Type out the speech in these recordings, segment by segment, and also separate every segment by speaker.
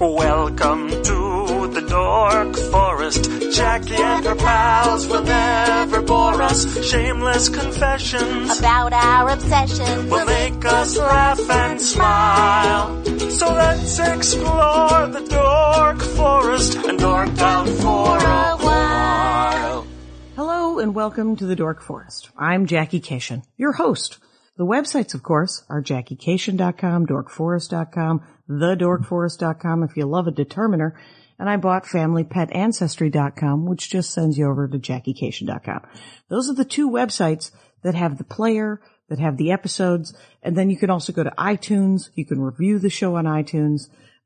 Speaker 1: Welcome to the Dork Forest. Jackie and her pals will never bore us. Shameless confessions
Speaker 2: about our obsession.
Speaker 1: will make us laugh and smile. So let's explore the Dork Forest and dork out for a while.
Speaker 3: Hello and welcome to the Dork Forest. I'm Jackie Cation, your host. The websites, of course, are jackiecation.com, dorkforest.com, thedorkforest.com if you love a determiner, and I bought familypetancestry.com, which just sends you over to jackiecation.com. Those are the two websites that have the player, that have the episodes, and then you can also go to iTunes, you can review the show on iTunes,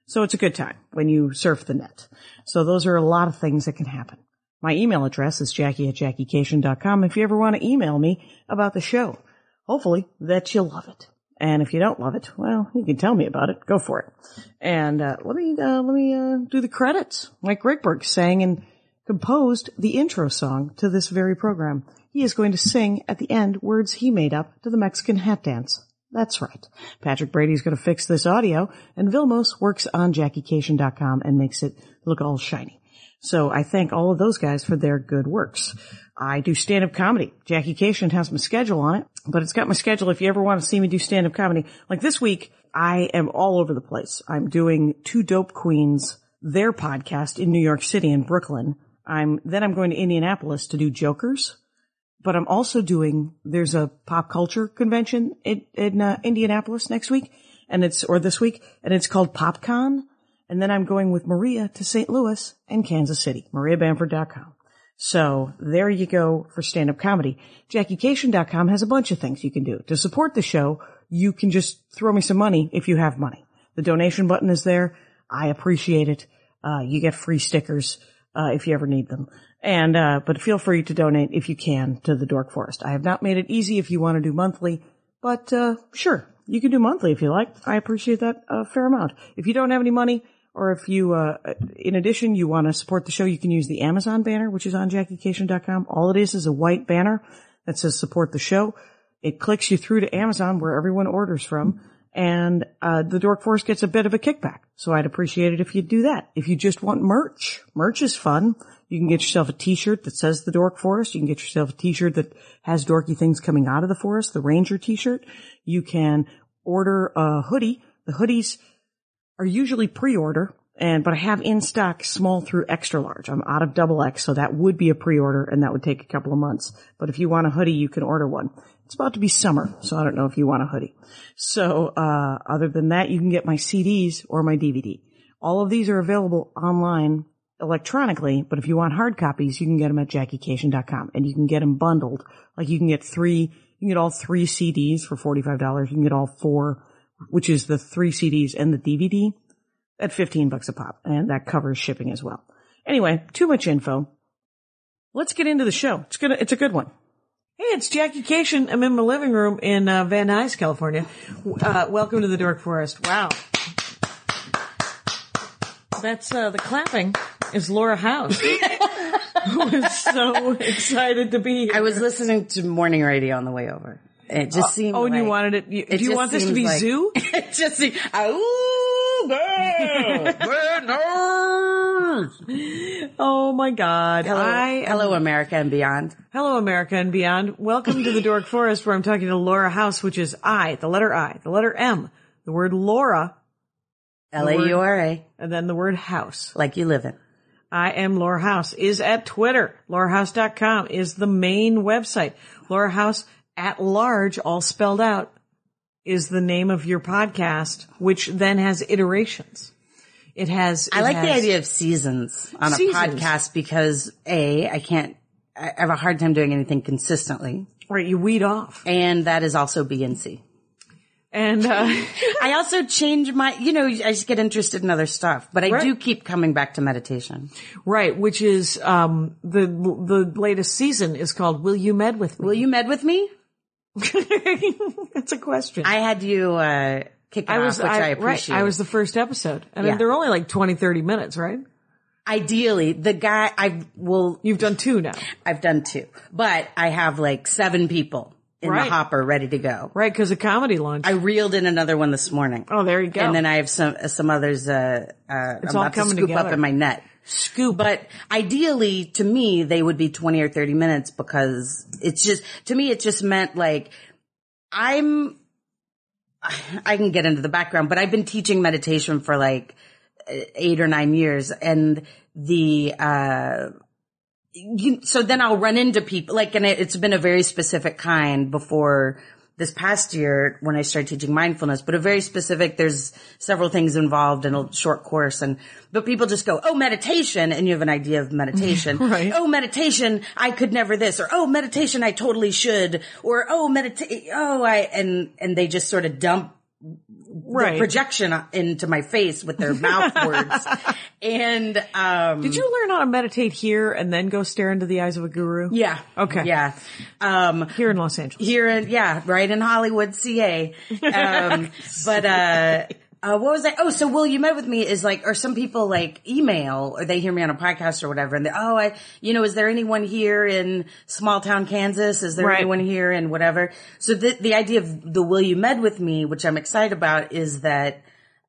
Speaker 3: so it's a good time when you surf the net. So those are a lot of things that can happen. My email address is jackie at jackiecation.com if you ever want to email me about the show. Hopefully that you'll love it. And if you don't love it, well, you can tell me about it. Go for it. And uh, let me uh, let me uh, do the credits. Mike Rickberg sang and composed the intro song to this very program. He is going to sing at the end words he made up to the Mexican hat dance. That's right. Patrick Brady's going to fix this audio, and Vilmos works on JackieCation.com and makes it look all shiny. So I thank all of those guys for their good works. I do stand-up comedy. Jackie Cation has my schedule on it, but it's got my schedule if you ever want to see me do stand-up comedy. Like this week, I am all over the place. I'm doing Two Dope Queens, their podcast in New York City and Brooklyn. I'm, then I'm going to Indianapolis to do Jokers but I'm also doing there's a pop culture convention in, in uh, Indianapolis next week, and it's or this week, and it's called PopCon. And then I'm going with Maria to St. Louis and Kansas City, MariaBamford.com. So there you go for stand-up comedy. JackieCation.com has a bunch of things you can do to support the show. You can just throw me some money if you have money. The donation button is there. I appreciate it. Uh, you get free stickers uh, if you ever need them. And uh, but feel free to donate if you can to the Dork Forest. I have not made it easy if you want to do monthly, but uh, sure you can do monthly if you like. I appreciate that a fair amount. If you don't have any money, or if you, uh, in addition, you want to support the show, you can use the Amazon banner, which is on JackieCation.com. All it is is a white banner that says "Support the Show." It clicks you through to Amazon where everyone orders from, and uh, the Dork Force gets a bit of a kickback. So I'd appreciate it if you do that. If you just want merch, merch is fun. You can get yourself a T-shirt that says the Dork Forest. You can get yourself a T-shirt that has dorky things coming out of the forest, the Ranger T-shirt. You can order a hoodie. The hoodies are usually pre-order and but I have in stock small through extra large. I'm out of double X, so that would be a pre-order and that would take a couple of months. But if you want a hoodie, you can order one. It's about to be summer, so I don't know if you want a hoodie. So uh, other than that, you can get my CDs or my DVD. All of these are available online electronically, but if you want hard copies, you can get them at jackiecation.com and you can get them bundled. Like you can get three, you can get all three CDs for $45. You can get all four, which is the three CDs and the DVD at 15 bucks a pop and that covers shipping as well. Anyway, too much info. Let's get into the show. It's gonna, it's a good one.
Speaker 4: Hey, it's Jackie Cation. I'm in my living room in uh, Van Nuys, California. Uh, welcome to the Dork Forest. Wow. That's uh, the clapping is Laura House, who is so excited to be here.
Speaker 5: I was listening to morning radio on the way over. It just seemed.
Speaker 4: oh, and you
Speaker 5: like-
Speaker 4: wanted it. You, do you
Speaker 5: just
Speaker 4: want this to
Speaker 5: seems
Speaker 4: be
Speaker 5: like-
Speaker 4: zoo?
Speaker 5: It just seemed. Ooh, girl, Bad news.
Speaker 4: Oh my God!
Speaker 5: Hello,
Speaker 4: I
Speaker 5: hello, America and beyond.
Speaker 4: Hello, America and beyond. Welcome to the Dork Forest, where I'm talking to Laura House, which is I, the letter I, the letter M, the word Laura,
Speaker 5: L A U R A,
Speaker 4: and then the word house.
Speaker 5: like you live in.
Speaker 4: I am Laura House is at Twitter. LauraHouse.com is the main website. Laura House at large, all spelled out, is the name of your podcast, which then has iterations. It has.
Speaker 5: I
Speaker 4: it
Speaker 5: like the
Speaker 4: has-
Speaker 5: idea of seasons on
Speaker 4: Seasons.
Speaker 5: a podcast because a I can't. I have a hard time doing anything consistently,
Speaker 4: Right, you weed off,
Speaker 5: and that is also B and C.
Speaker 4: and uh,
Speaker 5: I also change my, you know, I just get interested in other stuff, but I
Speaker 4: Right.
Speaker 5: do keep coming back to meditation.
Speaker 4: right, which is um, the the latest season is called "Will You Med with Me?"
Speaker 5: Will you med with me?
Speaker 4: That's a question.
Speaker 5: I had you uh, kick it off, which I,
Speaker 4: right,
Speaker 5: appreciate.
Speaker 4: I was the first episode. I mean,
Speaker 5: Yeah.
Speaker 4: they're only like 20, 30 minutes, right?
Speaker 5: Ideally, the guy I will
Speaker 4: You've done two now.
Speaker 5: I've done two, but I have like seven people, in
Speaker 3: Right.
Speaker 5: the hopper ready to go.
Speaker 3: Right, because a comedy lunch.
Speaker 5: I reeled in another one this morning.
Speaker 3: oh, there you go.
Speaker 5: And then I have some some others. Uh, uh, I'm
Speaker 3: all
Speaker 5: about to
Speaker 3: coming
Speaker 5: scoop up
Speaker 3: together.
Speaker 5: in my net.
Speaker 3: scoop.
Speaker 5: But ideally, to me, they would be 20 or 30 minutes because it's just, to me, it just meant like, I'm, I can get into the background, but I've been teaching meditation for like eh, eight or nine years and the, uh, you, so then I'll run into people, like, and it, it's been a very specific kind before this past year when I started teaching mindfulness, but a very specific, there's several things involved in a short course and, but people just go, oh, meditation, and you have an idea of meditation.
Speaker 3: Right.
Speaker 5: Oh, meditation, I could never this, or oh, meditation, I totally should, or oh, meditate, oh, I, and, and they just sort of dump
Speaker 3: right.
Speaker 5: projection into my face with their mouth words. And, um,
Speaker 3: Did you learn how to meditate here and then go stare into the eyes of a guru?
Speaker 5: yeah.
Speaker 3: Okay.
Speaker 5: Yeah. Um,
Speaker 3: Here in Los Angeles.
Speaker 5: here in yeah right in hollywood ca um, but uh uh, what was I? Oh, so Will, you met with me is like, or some people like email or they hear me on a podcast or whatever and they, oh, I, you know, is there anyone here in small town Kansas? Is there
Speaker 3: Right.
Speaker 5: anyone here in whatever? So the, the idea of the Will You Med With Me, which I'm excited about is that,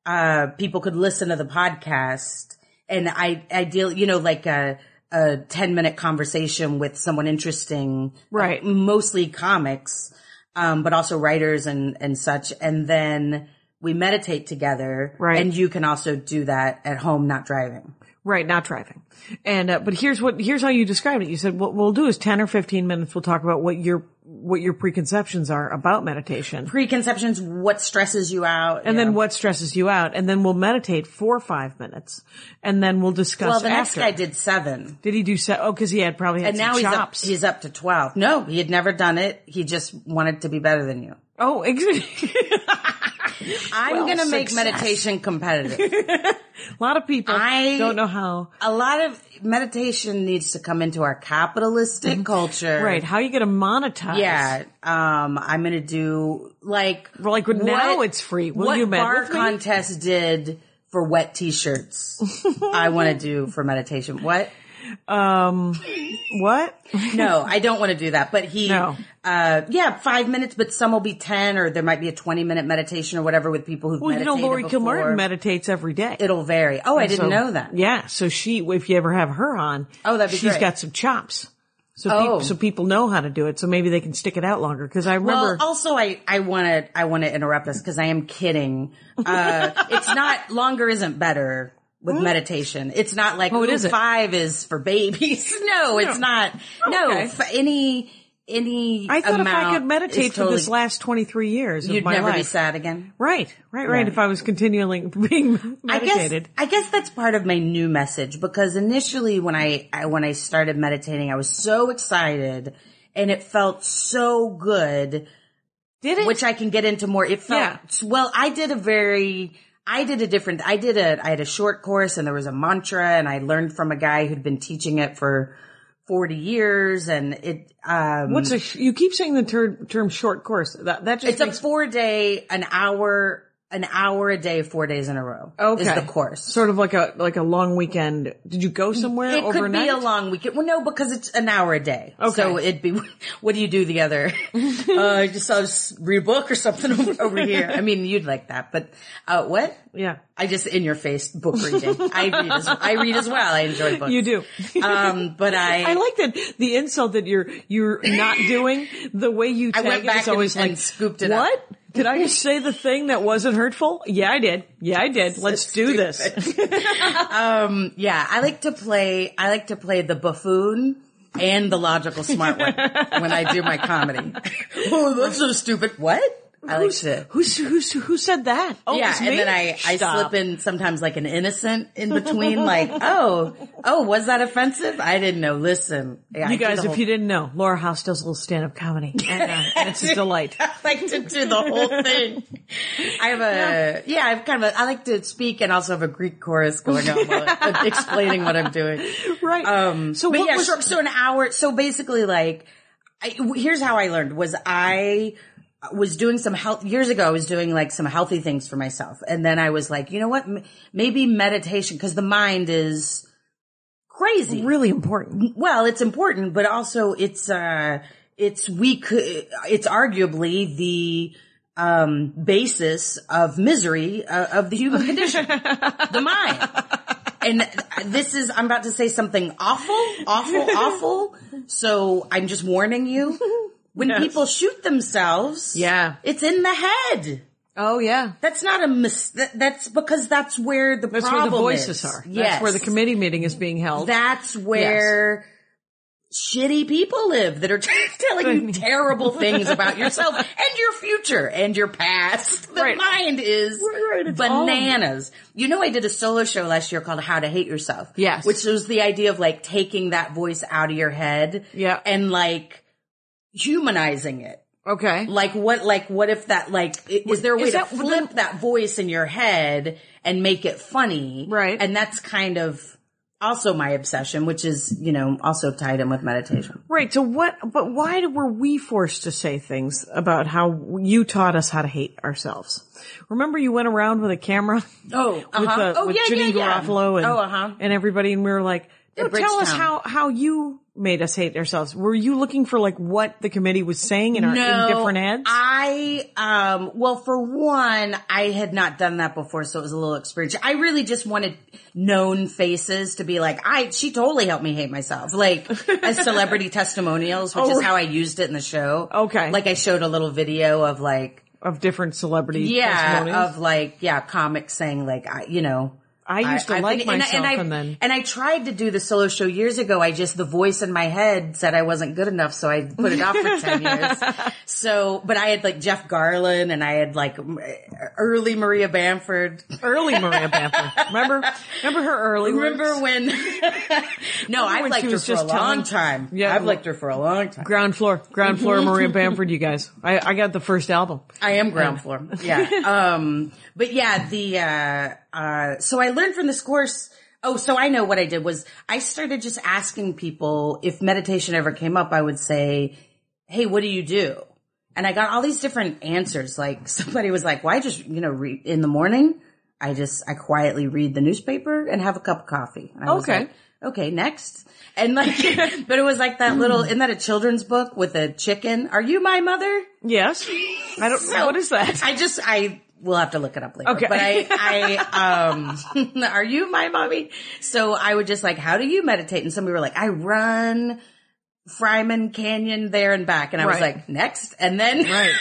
Speaker 5: uh, people could listen to the podcast and I, I deal, you know, like a, a 10 minute conversation with someone interesting. uh,
Speaker 3: Right.
Speaker 5: Mostly comics, um, but also writers and, and such. And then we meditate together.
Speaker 3: Right.
Speaker 5: And you can also do that at home, not driving.
Speaker 3: Right, not driving. And uh, but here's what here's how you described it. You said what we'll do is ten or fifteen minutes. We'll talk about what your what your preconceptions are about meditation,
Speaker 5: Preconceptions, what stresses you out.
Speaker 3: and then what stresses you out, and then we'll meditate for five minutes, and then we'll discuss.
Speaker 5: Well, the next
Speaker 3: after.
Speaker 5: guy did seven.
Speaker 3: Did he do so? Oh, because he had probably had
Speaker 5: And
Speaker 3: some
Speaker 5: now he's up,
Speaker 3: chops.
Speaker 5: he's up to 12. No, he had never done it. He just wanted to be better than you.
Speaker 3: oh, exactly.
Speaker 5: I'm going to make
Speaker 3: success.
Speaker 5: meditation competitive.
Speaker 3: a lot of people
Speaker 5: I-
Speaker 3: don't know how.
Speaker 5: a lot of meditation needs to come into our capitalistic culture.
Speaker 3: Mm-hmm. Right, how you going to monetize?
Speaker 5: Yeah. Um, I'm going to do like,
Speaker 3: Like, now it's free. Will
Speaker 5: what
Speaker 3: you med
Speaker 5: bar
Speaker 3: with me?
Speaker 5: contest did for wet t-shirts. I want to do for meditation. What?
Speaker 3: What?
Speaker 5: No, I don't want to do that, but he,
Speaker 3: No.
Speaker 5: uh, yeah, five minutes, but some will be 10 or there might be a 20 minute meditation or whatever with people who've
Speaker 3: Well, you know,
Speaker 5: meditated
Speaker 3: Lori
Speaker 5: before.
Speaker 3: Kilmartin meditates every day.
Speaker 5: It'll vary. Oh, I didn't
Speaker 3: So-
Speaker 5: know that.
Speaker 3: Yeah. So she, if you ever have her on,
Speaker 5: Oh, that'd be
Speaker 3: she's
Speaker 5: great.
Speaker 3: got some chops. So,
Speaker 5: Oh.
Speaker 3: peop so people know how to do it. So maybe they can stick it out longer. Cause I remember.
Speaker 5: Well, oh, also, I I want to I want to interrupt this because I am kidding. Uh, it's not longer isn't better with meditation. It's not like
Speaker 3: Hmm? Oh, it
Speaker 5: "Ooh,
Speaker 3: isn't."
Speaker 5: five is for babies. No, it's not. No,
Speaker 3: Okay.
Speaker 5: f- any any.
Speaker 3: I thought if I
Speaker 5: amount
Speaker 3: could meditate
Speaker 5: is
Speaker 3: for this
Speaker 5: totally-
Speaker 3: last 23 years of
Speaker 5: you'd
Speaker 3: my
Speaker 5: never
Speaker 3: life.
Speaker 5: be sad again.
Speaker 3: Right. Right. Right.
Speaker 5: Yeah.
Speaker 3: If I was continually being
Speaker 5: I
Speaker 3: meditated.
Speaker 5: guess I guess that's part of my new message because initially when I, I when I started meditating, I was so excited and it felt so good
Speaker 3: Did it?
Speaker 5: which I can get into more. It felt well. I did a very, I did a different. I did a, I had a short course, and there was a mantra, and I learned from a guy who'd been teaching it for forty years, and it. Um,
Speaker 3: What's a, sh- you keep saying the term, term short course. That, that just
Speaker 5: it's a
Speaker 3: makes-
Speaker 5: four day, an hour, an hour a day, four days in a row. is
Speaker 3: Okay.
Speaker 5: the course.
Speaker 3: sort of like a, like a long weekend. Did you go somewhere
Speaker 5: it could
Speaker 3: overnight?
Speaker 5: be a long weekend. Well, no, because it's an hour a day.
Speaker 3: Okay.
Speaker 5: So it'd be, what do you do the other? uh, I just I'll just read a book or something over, over here. I mean, you'd like that, but uh, what?
Speaker 3: yeah.
Speaker 5: I just in your face book reading. I read as I read as well. I enjoy books.
Speaker 3: You do.
Speaker 5: um, but I,
Speaker 3: I like that the insult that you're you're not doing the way you tag
Speaker 5: went
Speaker 3: it
Speaker 5: back
Speaker 3: is always
Speaker 5: and-
Speaker 3: like
Speaker 5: and scooped it up.
Speaker 3: What did I just say the thing that wasn't hurtful? Yeah, I did. Yeah, I did. Let's do this.
Speaker 5: yeah, I like to play. I like to play the buffoon and the logical smart one when I do my comedy. oh, that's so stupid. What? I like to.
Speaker 3: Who's who's who said that? Oh,
Speaker 5: Yeah,
Speaker 3: it's
Speaker 5: and
Speaker 3: me?
Speaker 5: then I, I
Speaker 3: Stop.
Speaker 5: slip in sometimes like an innocent in between, like, oh, oh, was that offensive? I didn't know. Listen, Yeah, I
Speaker 3: You
Speaker 5: do
Speaker 3: guys,
Speaker 5: the
Speaker 3: if
Speaker 5: whole
Speaker 3: you didn't know, Laura House does a little stand up comedy, and, uh, and it's a delight.
Speaker 5: I like to do the whole thing. I have a yeah. I have kind of a, I like to speak and also have a Greek chorus going on while explaining what I'm doing.
Speaker 3: Right.
Speaker 5: Um,
Speaker 3: So
Speaker 5: but
Speaker 3: what
Speaker 5: yeah,
Speaker 3: was-
Speaker 5: sure. So an hour. So basically, like, I, w- here's how I learned was I was doing some health years ago. I was doing like some healthy things for myself, and then I was like, you know what? M- maybe meditation because the mind is crazy
Speaker 3: Really important.
Speaker 5: well, it's important, but also it's uh it's we could, it's arguably the, um, basis of misery uh, of the human condition, the mind. And this is, I'm about to say something awful, awful, awful. So I'm just warning you. When people shoot themselves,
Speaker 3: Yeah.
Speaker 5: it's in the head.
Speaker 3: Oh yeah.
Speaker 5: That's not a mis. That, that's because that's where the
Speaker 3: That's where
Speaker 5: problem
Speaker 3: the voices
Speaker 5: is.
Speaker 3: are. That's
Speaker 5: Yes,
Speaker 3: where the committee meeting is being held.
Speaker 5: That's where shitty people live that are telling you terrible things about yourself and your future and your past. The
Speaker 3: Right.
Speaker 5: mind is
Speaker 3: Right, it's all-
Speaker 5: bananas. You know, I did a solo show last year called How to Hate Yourself.
Speaker 3: Yes.
Speaker 5: Which was the idea of like taking that voice out of your head.
Speaker 3: Yeah.
Speaker 5: And like humanizing it.
Speaker 3: okay.
Speaker 5: Like what? Like what if that? Like i- is there a way
Speaker 3: Is
Speaker 5: to
Speaker 3: that-
Speaker 5: flip that voice in your head and make it funny?
Speaker 3: Right.
Speaker 5: And that's kind of also my obsession, which is you know also tied in with meditation.
Speaker 3: Right. So what, but why do- were we forced to say things about how you taught us how to hate ourselves? Remember you went around with a camera?
Speaker 5: Oh,
Speaker 3: With,
Speaker 5: uh-huh.
Speaker 3: the,
Speaker 5: Oh,
Speaker 3: with
Speaker 5: yeah,
Speaker 3: Jimmy
Speaker 5: yeah, yeah.
Speaker 3: Garofalo and,
Speaker 5: Oh, uh-huh.
Speaker 3: and everybody. And we were like, no,
Speaker 5: At
Speaker 3: tell us
Speaker 5: Bridgetown.
Speaker 3: how, how you made us hate ourselves. Were you looking for like what the committee was saying in our in different heads?
Speaker 5: I um well for one, I had not done that before, so it was a little experience. I really just wanted known faces to be like, I she totally helped me hate myself. Like as celebrity testimonials, which is how I used it in the show.
Speaker 3: Oh. Okay.
Speaker 5: Like I showed a little video of like
Speaker 3: of different celebrity
Speaker 5: yeah,
Speaker 3: testimonies?
Speaker 5: of like yeah, comics saying like I you know
Speaker 3: I used to
Speaker 5: I've
Speaker 3: like
Speaker 5: been- and I-
Speaker 3: myself and,
Speaker 5: and, I,
Speaker 3: then.
Speaker 5: and I tried to do the solo show years ago. I just the voice in my head said I wasn't good enough, so I put it off for ten years. So, but I had like Jeff Garland, and I had like m- early Maria Bamford.
Speaker 3: Early Maria Bamford. Remember? Remember her early
Speaker 5: Remember
Speaker 3: works?
Speaker 5: when? no, I've
Speaker 3: when
Speaker 5: liked
Speaker 3: she
Speaker 5: her
Speaker 3: was
Speaker 5: for a
Speaker 3: just telling-
Speaker 5: long time.
Speaker 3: Yeah.
Speaker 5: Yeah, I've liked her for a long time.
Speaker 3: Ground floor, ground floor, Maria Bamford, you guys. I, I got the first album.
Speaker 5: I am ground floor. Yeah. um, but yeah, the, uh, uh, so I learned from this course. Oh, so I know what I did was I started just asking people if meditation ever came up, I would say, Hey, what do you do? And I got all these different answers. Like somebody was like, well, I just, you know, re- in the morning, I just, I quietly read the newspaper and have a cup of coffee. And I was
Speaker 3: Okay.
Speaker 5: like, okay, next. And like, but it was like that little, isn't that a children's book with a chicken? Are you my mother?
Speaker 3: Yes. I don't
Speaker 5: So,
Speaker 3: what is that?
Speaker 5: I just I will have to look it up later.
Speaker 3: Okay.
Speaker 5: But I I um are you my mommy? So I would just like, how do you meditate? And somebody were like, I run Fryman Canyon there and back. And I was
Speaker 3: Right.
Speaker 5: like, next. And then
Speaker 3: right.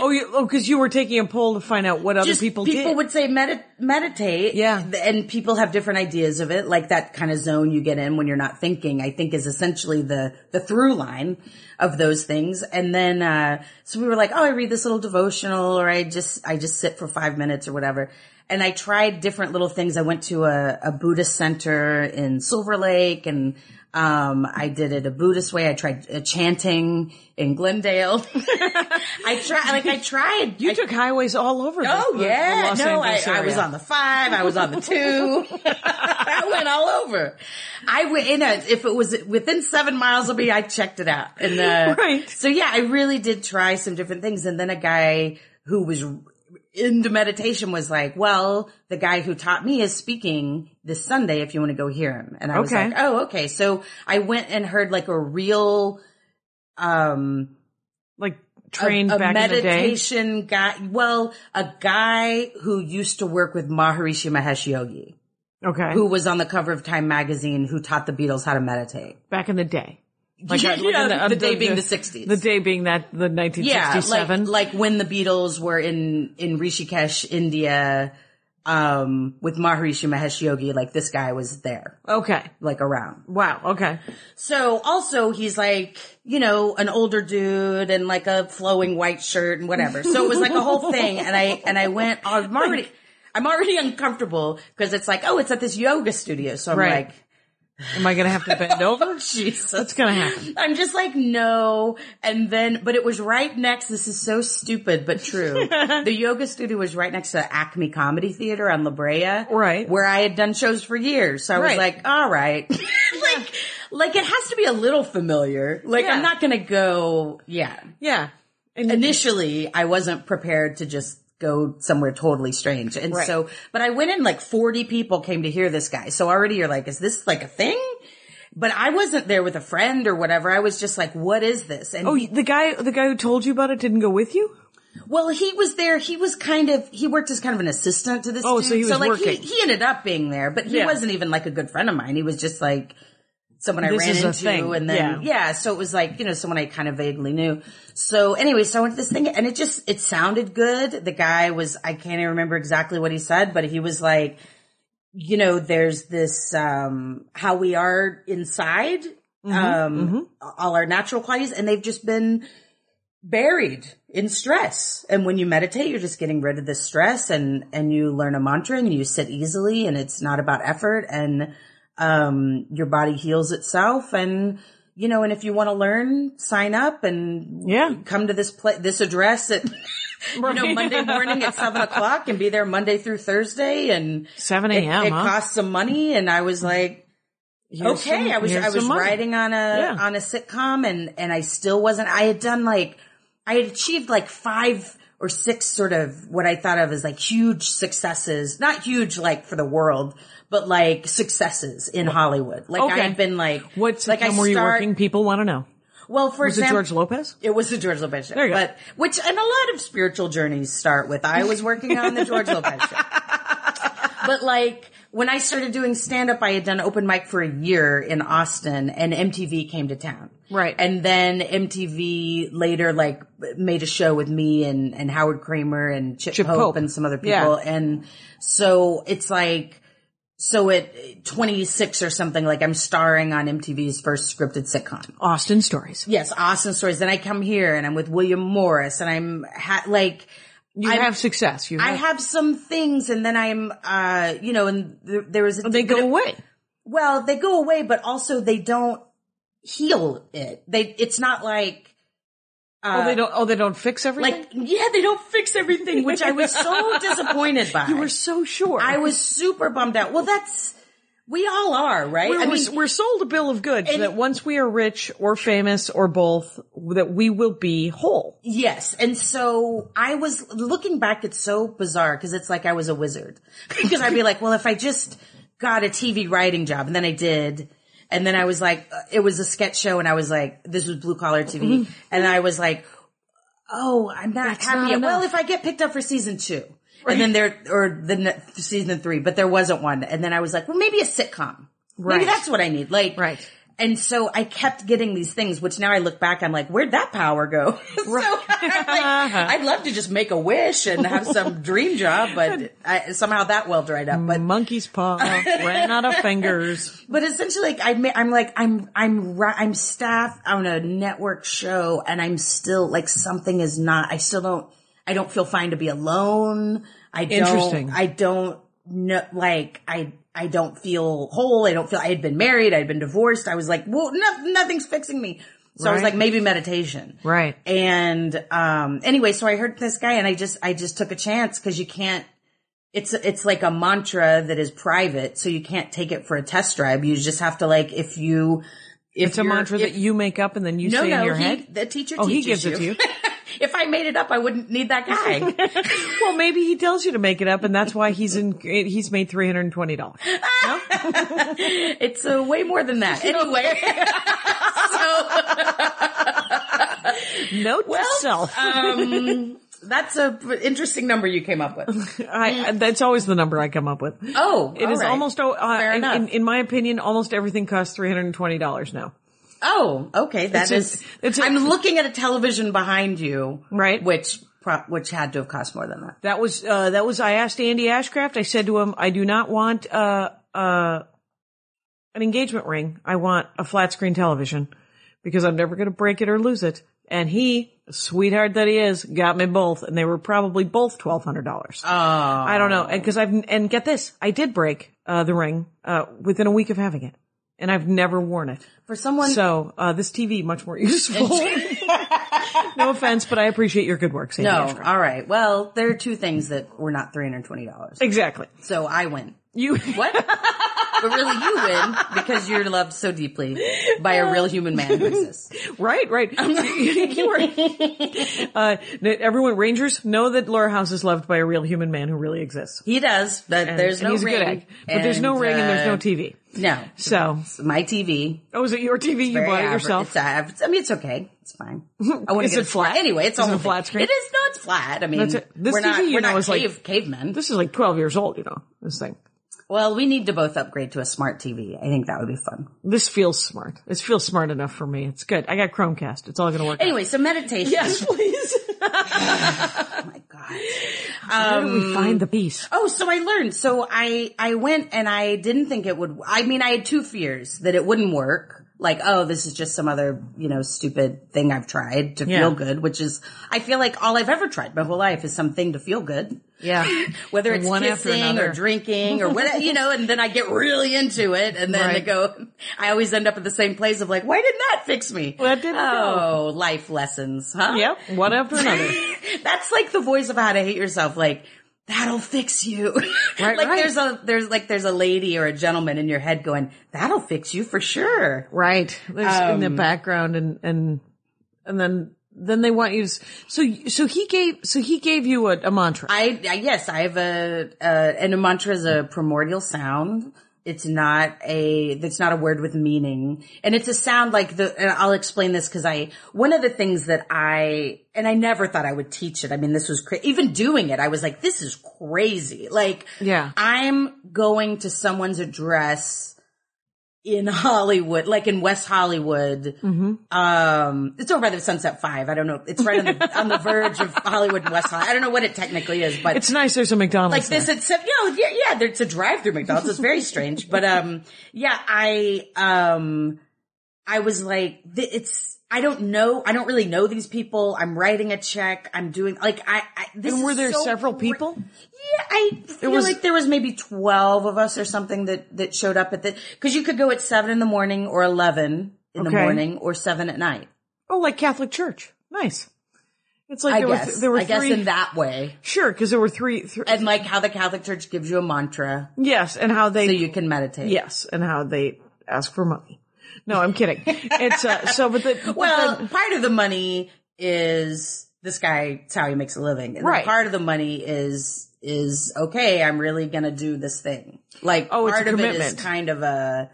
Speaker 3: Oh, you, oh, cause you were taking a poll to find out what other
Speaker 5: just
Speaker 3: people,
Speaker 5: people,
Speaker 3: did.
Speaker 5: would say medit- meditate.
Speaker 3: Yeah.
Speaker 5: Th- And people have different ideas of it. Like that kind of zone you get in when you're not thinking, I think is essentially the, the through line of those things. And then, uh, so we were like, oh, I read this little devotional or I just, I just sit for five minutes or whatever. And I tried different little things. I went to a, a Buddhist center in Silver Lake and, um, I did it a Buddhist way. I tried uh, chanting in Glendale. I tried, like I tried.
Speaker 3: you
Speaker 5: I
Speaker 3: took highways all over. the-
Speaker 5: Oh
Speaker 3: the,
Speaker 5: yeah,
Speaker 3: the Los
Speaker 5: no,
Speaker 3: Angeles
Speaker 5: I, I
Speaker 3: area.
Speaker 5: was on the five, I was on the two, I went all over. I went in a, if it was within seven miles of me, I checked it out. And uh,
Speaker 3: Right.
Speaker 5: so yeah, I really did try some different things. And then a guy who was into meditation was like, "Well, the guy who taught me is speaking this Sunday. If you want to go hear him," and I was
Speaker 3: Okay.
Speaker 5: like, "Oh, okay." So I went and heard like a real. Um,
Speaker 3: like trained
Speaker 5: a
Speaker 3: back in the day.
Speaker 5: meditation guy. Well, a guy who used to work with Maharishi Mahesh Yogi,
Speaker 3: Okay.
Speaker 5: who was on the cover of Time magazine, who taught the Beatles how to meditate.
Speaker 3: back in the day.
Speaker 5: Yeah,
Speaker 3: uh, like
Speaker 5: yeah,
Speaker 3: in uh,
Speaker 5: the day being the 60s.
Speaker 3: The day being that, the
Speaker 5: Yeah,
Speaker 3: 1967.
Speaker 5: like like when the Beatles were in in Rishikesh, India, um, with Maharishi Mahesh Yogi. Like this guy was there,
Speaker 3: okay.
Speaker 5: like around.
Speaker 3: Wow. Okay.
Speaker 5: So also he's like, you know, an older dude and like a flowing white shirt and whatever. So it was like a whole thing. And I, and I went, oh, I'm already, I'm already uncomfortable because it's like, oh, it's at this yoga studio. So I'm
Speaker 3: Right.
Speaker 5: like,
Speaker 3: Am I going to have to bend over?
Speaker 5: Oh, Jesus.
Speaker 3: What's going to happen?
Speaker 5: I'm just like, no. And then, but it was right next, this is so stupid, but true. the yoga studio was right next to Acme Comedy Theater on La Brea.
Speaker 3: Right.
Speaker 5: Where I had done shows for years. So I
Speaker 3: Right.
Speaker 5: was like, all right. like, like it has to be a little familiar. Like
Speaker 3: Yeah.
Speaker 5: I'm not going to go, yeah.
Speaker 3: Yeah. And
Speaker 5: Initially, I wasn't prepared to just go somewhere totally strange. And
Speaker 3: Right.
Speaker 5: so, but I went in like 40 people came to hear this guy. So already you're like, is this like a thing? But I wasn't there with a friend or whatever. I was just like, what is this? And
Speaker 3: Oh, the guy, the guy who told you about it didn't go with you?
Speaker 5: Well, he was there. He was kind of he worked as kind of an assistant to this.
Speaker 3: Oh,
Speaker 5: dude.
Speaker 3: so he was
Speaker 5: like
Speaker 3: working.
Speaker 5: He, he ended up being there, but he
Speaker 3: Yeah.
Speaker 5: wasn't even like a good friend of mine. He was just like someone I
Speaker 3: This
Speaker 5: ran
Speaker 3: is a
Speaker 5: into,
Speaker 3: thing.
Speaker 5: and then
Speaker 3: Yeah.
Speaker 5: yeah. So it was like you know someone I kind of vaguely knew. So anyway, so I went to this thing, and it just it sounded good. The guy was I can't even remember exactly what he said, but he was like, you know, there's this um how we are inside.
Speaker 3: Mm-hmm,
Speaker 5: um all our natural qualities and they've just been buried in stress. And when you meditate, you're just getting rid of the stress and, and you learn a mantra and you sit easily and it's not about effort and, um, your body heals itself and, you know, and if you want to learn, sign up and
Speaker 3: Yeah.
Speaker 5: come to this place, this address at, you know,
Speaker 3: Right.
Speaker 5: Monday morning at seven o'clock and be there Monday through Thursday. And
Speaker 3: 7
Speaker 5: it,
Speaker 3: a.m.
Speaker 5: it
Speaker 3: huh?
Speaker 5: costs some money. And I was like,
Speaker 3: Here's
Speaker 5: okay
Speaker 3: some-
Speaker 5: i was
Speaker 3: here's
Speaker 5: i was
Speaker 3: some money.
Speaker 5: writing on a
Speaker 3: Yeah.
Speaker 5: on a sitcom and and i still wasn't i had done like i had achieved like five or six sort of what i thought of as like huge successes not huge like for the world but like successes in hollywood like i
Speaker 3: Okay.
Speaker 5: had been like
Speaker 3: What
Speaker 5: like
Speaker 3: sitcom were you
Speaker 5: start-
Speaker 3: working? People want to know.
Speaker 5: well for
Speaker 3: Was it
Speaker 5: example
Speaker 3: George Lopez?
Speaker 5: it was the George Lopez show.
Speaker 3: There you go.
Speaker 5: But which and a lot of spiritual journeys start with I was working on the George Lopez show. But like when I started doing stand up, I had done open mic for a year in Austin and MTV came to town.
Speaker 3: Right.
Speaker 5: And then MTV later like made a show with me and, and Howard Kramer and Chip,
Speaker 3: Chip
Speaker 5: Pope,
Speaker 3: Pope.
Speaker 5: and some other people.
Speaker 3: Yeah.
Speaker 5: And so it's like so at 26 or something, like I'm starring on MTV's first scripted sitcom.
Speaker 3: Austin Stories.
Speaker 5: Yes, Austin stories. Then I come here and I'm with William Morris and I'm ha- like,
Speaker 3: You
Speaker 5: I'm-
Speaker 3: have success. You
Speaker 5: I
Speaker 3: have,
Speaker 5: have some things and then I'm, uh, you know, and th- there was a,
Speaker 3: they go away.
Speaker 5: well, they go away, but also they don't heal it. They, it's not like,
Speaker 3: oh, they don't. Oh, they don't fix everything.
Speaker 5: uh, like, yeah, they don't fix everything, which I was so disappointed by.
Speaker 3: you were so sure.
Speaker 5: I was super bummed out. Well, that's, we all are, right?
Speaker 3: We're,
Speaker 5: I mean,
Speaker 3: we're- we're sold a bill of goods that once we are rich or famous or both, that we will be whole.
Speaker 5: Yes. And so I was looking back, it's so bizarre because it's like I was a wizard. because I'd be like, well, if I just got a TV writing job and then I did. And then I was like, uh, it was a sketch show and I was like, this was blue collar TV. and I was like, oh, I'm not happy.
Speaker 3: Mm-hmm. not
Speaker 5: well,
Speaker 3: enough.
Speaker 5: if I get picked up for season two and then there, or the ne- season three, but there wasn't one. And then I was like, well, maybe a sitcom. Maybe
Speaker 3: Right.
Speaker 5: that's what I need. Like,
Speaker 3: Right.
Speaker 5: And so I kept getting these things, which now I look back, I'm like, where'd that power go? so I'm like, I'd love to just make a wish and have some dream job, but I, somehow that well dried up. But
Speaker 3: Monkey's paw ran out of fingers.
Speaker 5: but essentially, like I ma- I'm like I'm I'm ra- I'm staff on a network show, and I'm still like something is not. I still don't. I don't feel fine to be alone. I don't,
Speaker 3: Interesting.
Speaker 5: I don't know. Like I I don't feel whole. I don't feel. I had been married. I had been divorced. I was like, well, no, nothing's fixing me. So I was
Speaker 3: Right.
Speaker 5: like, maybe meditation.
Speaker 3: Right.
Speaker 5: And um anyway, so I heard this guy and I just I just took a chance cuz you can't it's it's like a mantra that is private, so you can't take it for a test drive. You just have to like if you if
Speaker 3: It's a
Speaker 5: you're-
Speaker 3: mantra
Speaker 5: if-
Speaker 3: that you make up and then you
Speaker 5: no
Speaker 3: say
Speaker 5: no
Speaker 3: in your
Speaker 5: he,
Speaker 3: head.
Speaker 5: the teacher
Speaker 3: Oh, he
Speaker 5: teaches
Speaker 3: gives it to you.
Speaker 5: if I made it up, I wouldn't need that guy.
Speaker 3: well, maybe he tells you to make it up, and that's why he's in. He's made three hundred and twenty dollars.
Speaker 5: it's uh, way more than that. Anyway, so
Speaker 3: Note to self.
Speaker 5: um, that's a p- interesting number you came up with.
Speaker 3: I, that's always the number I come up with.
Speaker 5: Oh,
Speaker 3: It is almost al- uh,
Speaker 5: Fair
Speaker 3: in,
Speaker 5: enough.
Speaker 3: in, in my opinion, almost everything costs three hundred and twenty dollars now.
Speaker 5: Oh, okay. That
Speaker 3: a-
Speaker 5: is.
Speaker 3: it's a-
Speaker 5: I'm looking at a television behind you,
Speaker 3: Right.
Speaker 5: Which pro- which had to have cost more than that.
Speaker 3: That was uh, that was. I asked Andy Ashcraft. I said to him, "I do not want uh, uh, an engagement ring. I want a flat screen television because I'm never going to break it or lose it." And he, sweetheart that he is, got me both, and they were probably both twelve hundred dollars. Oh, I don't know, and because I've and get this, I did break uh, the ring uh, within a week of having it, and I've never worn it.
Speaker 5: For someone,
Speaker 3: So uh, this TV much more useful. no offense, but I appreciate your good work, Sandy.
Speaker 5: no.
Speaker 3: Ashcraft.
Speaker 5: oh, All right. Well, there are two things that were not three hundred twenty dollars.
Speaker 3: exactly.
Speaker 5: So I win.
Speaker 3: You
Speaker 5: What? But really, you win because you're loved so deeply by a real human man who exists.
Speaker 3: Right, right. You are- uh, everyone, Rangers, know that Laura House is loved by a real human man who really exists.
Speaker 5: He does, but
Speaker 3: And-
Speaker 5: there's
Speaker 3: and
Speaker 5: no
Speaker 3: he's a
Speaker 5: ring.
Speaker 3: good egg. But there's no
Speaker 5: and,
Speaker 3: ring and there's
Speaker 5: uh,
Speaker 3: no TV.
Speaker 5: No,
Speaker 3: So,
Speaker 5: It's my TV.
Speaker 3: oh, is it your TV? You
Speaker 5: Very
Speaker 3: bought it
Speaker 5: aver-
Speaker 3: yourself?
Speaker 5: It's aver- I mean, it's okay. It's fine. I wouldn't
Speaker 3: Is
Speaker 5: get
Speaker 3: it
Speaker 5: a flat?
Speaker 3: flat?
Speaker 5: Anyway, it's
Speaker 3: Is it
Speaker 5: all
Speaker 3: a flat screen?
Speaker 5: It is not flat. I mean,
Speaker 3: That's it. This
Speaker 5: we're not,
Speaker 3: TV, you
Speaker 5: we're
Speaker 3: know,
Speaker 5: not
Speaker 3: is like-
Speaker 5: cave, cavemen.
Speaker 3: This is like 12 years old, you know, this thing.
Speaker 5: well, we need to both upgrade to a smart TV. I think that would be fun.
Speaker 3: This feels smart. This feels smart enough for me. It's good. I got Chromecast. It's all going to work. out.
Speaker 5: Anyway, so meditation.
Speaker 3: Yes, please.
Speaker 5: Oh my God.
Speaker 3: Where do
Speaker 5: um,
Speaker 3: we find the peace?
Speaker 5: Oh, so I learned. So I I went and I didn't think it would. I mean, I had two fears that it wouldn't work. Like, oh, this is just some other you know stupid thing I've tried to
Speaker 3: Yeah.
Speaker 5: feel good, which is I feel like all I've ever tried my whole life is something to feel good.
Speaker 3: Yeah.
Speaker 5: Whether it's
Speaker 3: One after
Speaker 5: kissing
Speaker 3: another.
Speaker 5: or drinking or whatever, you know, and then I get really into it, and then I
Speaker 3: Right.
Speaker 5: go. I always end up at the same place of like, why didn't that fix me?
Speaker 3: Well, that didn't
Speaker 5: Oh, life lessons, huh?
Speaker 3: Yep. One after another.
Speaker 5: That's like the voice of how to hate yourself. Like that'll fix you.
Speaker 3: Right,
Speaker 5: like
Speaker 3: right.
Speaker 5: there's a there's like there's a lady or a gentleman in your head going, "That'll fix you for sure."
Speaker 3: right there's in
Speaker 5: Um,
Speaker 3: the background and and and then then they want you to, s- so y- so he gave so he gave you a, a mantra
Speaker 5: I, I yes, I have a uh, and a mantra is a primordial sound. It's not a it's not a word with meaning, and it's a sound like the. And I'll explain this because I one of the things that I and I never thought I would teach it. I mean, this was cra- even doing it. I was like, this is crazy. Like,
Speaker 3: Yeah.
Speaker 5: I'm going to someone's address in Hollywood, like in West Hollywood.
Speaker 3: Mm-hmm.
Speaker 5: Um, it's over by the Sunset Five. I don't know. It's right on the, on the verge of Hollywood and West Hollywood. I don't know what it technically is, but
Speaker 3: it's nice there's a mcdonald's
Speaker 5: like this. It's you know, yeah, yeah. there- It's a drive-through McDonald's. It's very strange, but um, yeah, I um, I was like, th- it's. I don't know. I don't really know these people. I'm writing a check. I'm doing like I. I this
Speaker 3: there. and were
Speaker 5: is
Speaker 3: there
Speaker 5: so
Speaker 3: several
Speaker 5: cra-
Speaker 3: people
Speaker 5: yeah, I feel
Speaker 3: was-
Speaker 5: like there was maybe twelve of us or something that that showed up at the because you could go at seven in the morning or eleven in the
Speaker 3: Okay.
Speaker 5: morning or seven at night.
Speaker 3: oh like catholic church nice it's like
Speaker 5: I
Speaker 3: there,
Speaker 5: guess
Speaker 3: were th- there were
Speaker 5: I
Speaker 3: three
Speaker 5: guess in that way,
Speaker 3: sure because there were three, three
Speaker 5: and like how the Catholic Church gives you a mantra
Speaker 3: yes and how they
Speaker 5: so you can meditate.
Speaker 3: yes and how they ask for money no i'm kidding it's uh, so but the but
Speaker 5: Well,
Speaker 3: then-
Speaker 5: part of the money is this guy. It's how he makes a living. And then
Speaker 3: Right.
Speaker 5: Part of the money is is okay. I'm really gonna do this thing. Like
Speaker 3: Oh, it's a
Speaker 5: part of it is
Speaker 3: commitment.
Speaker 5: kind of a.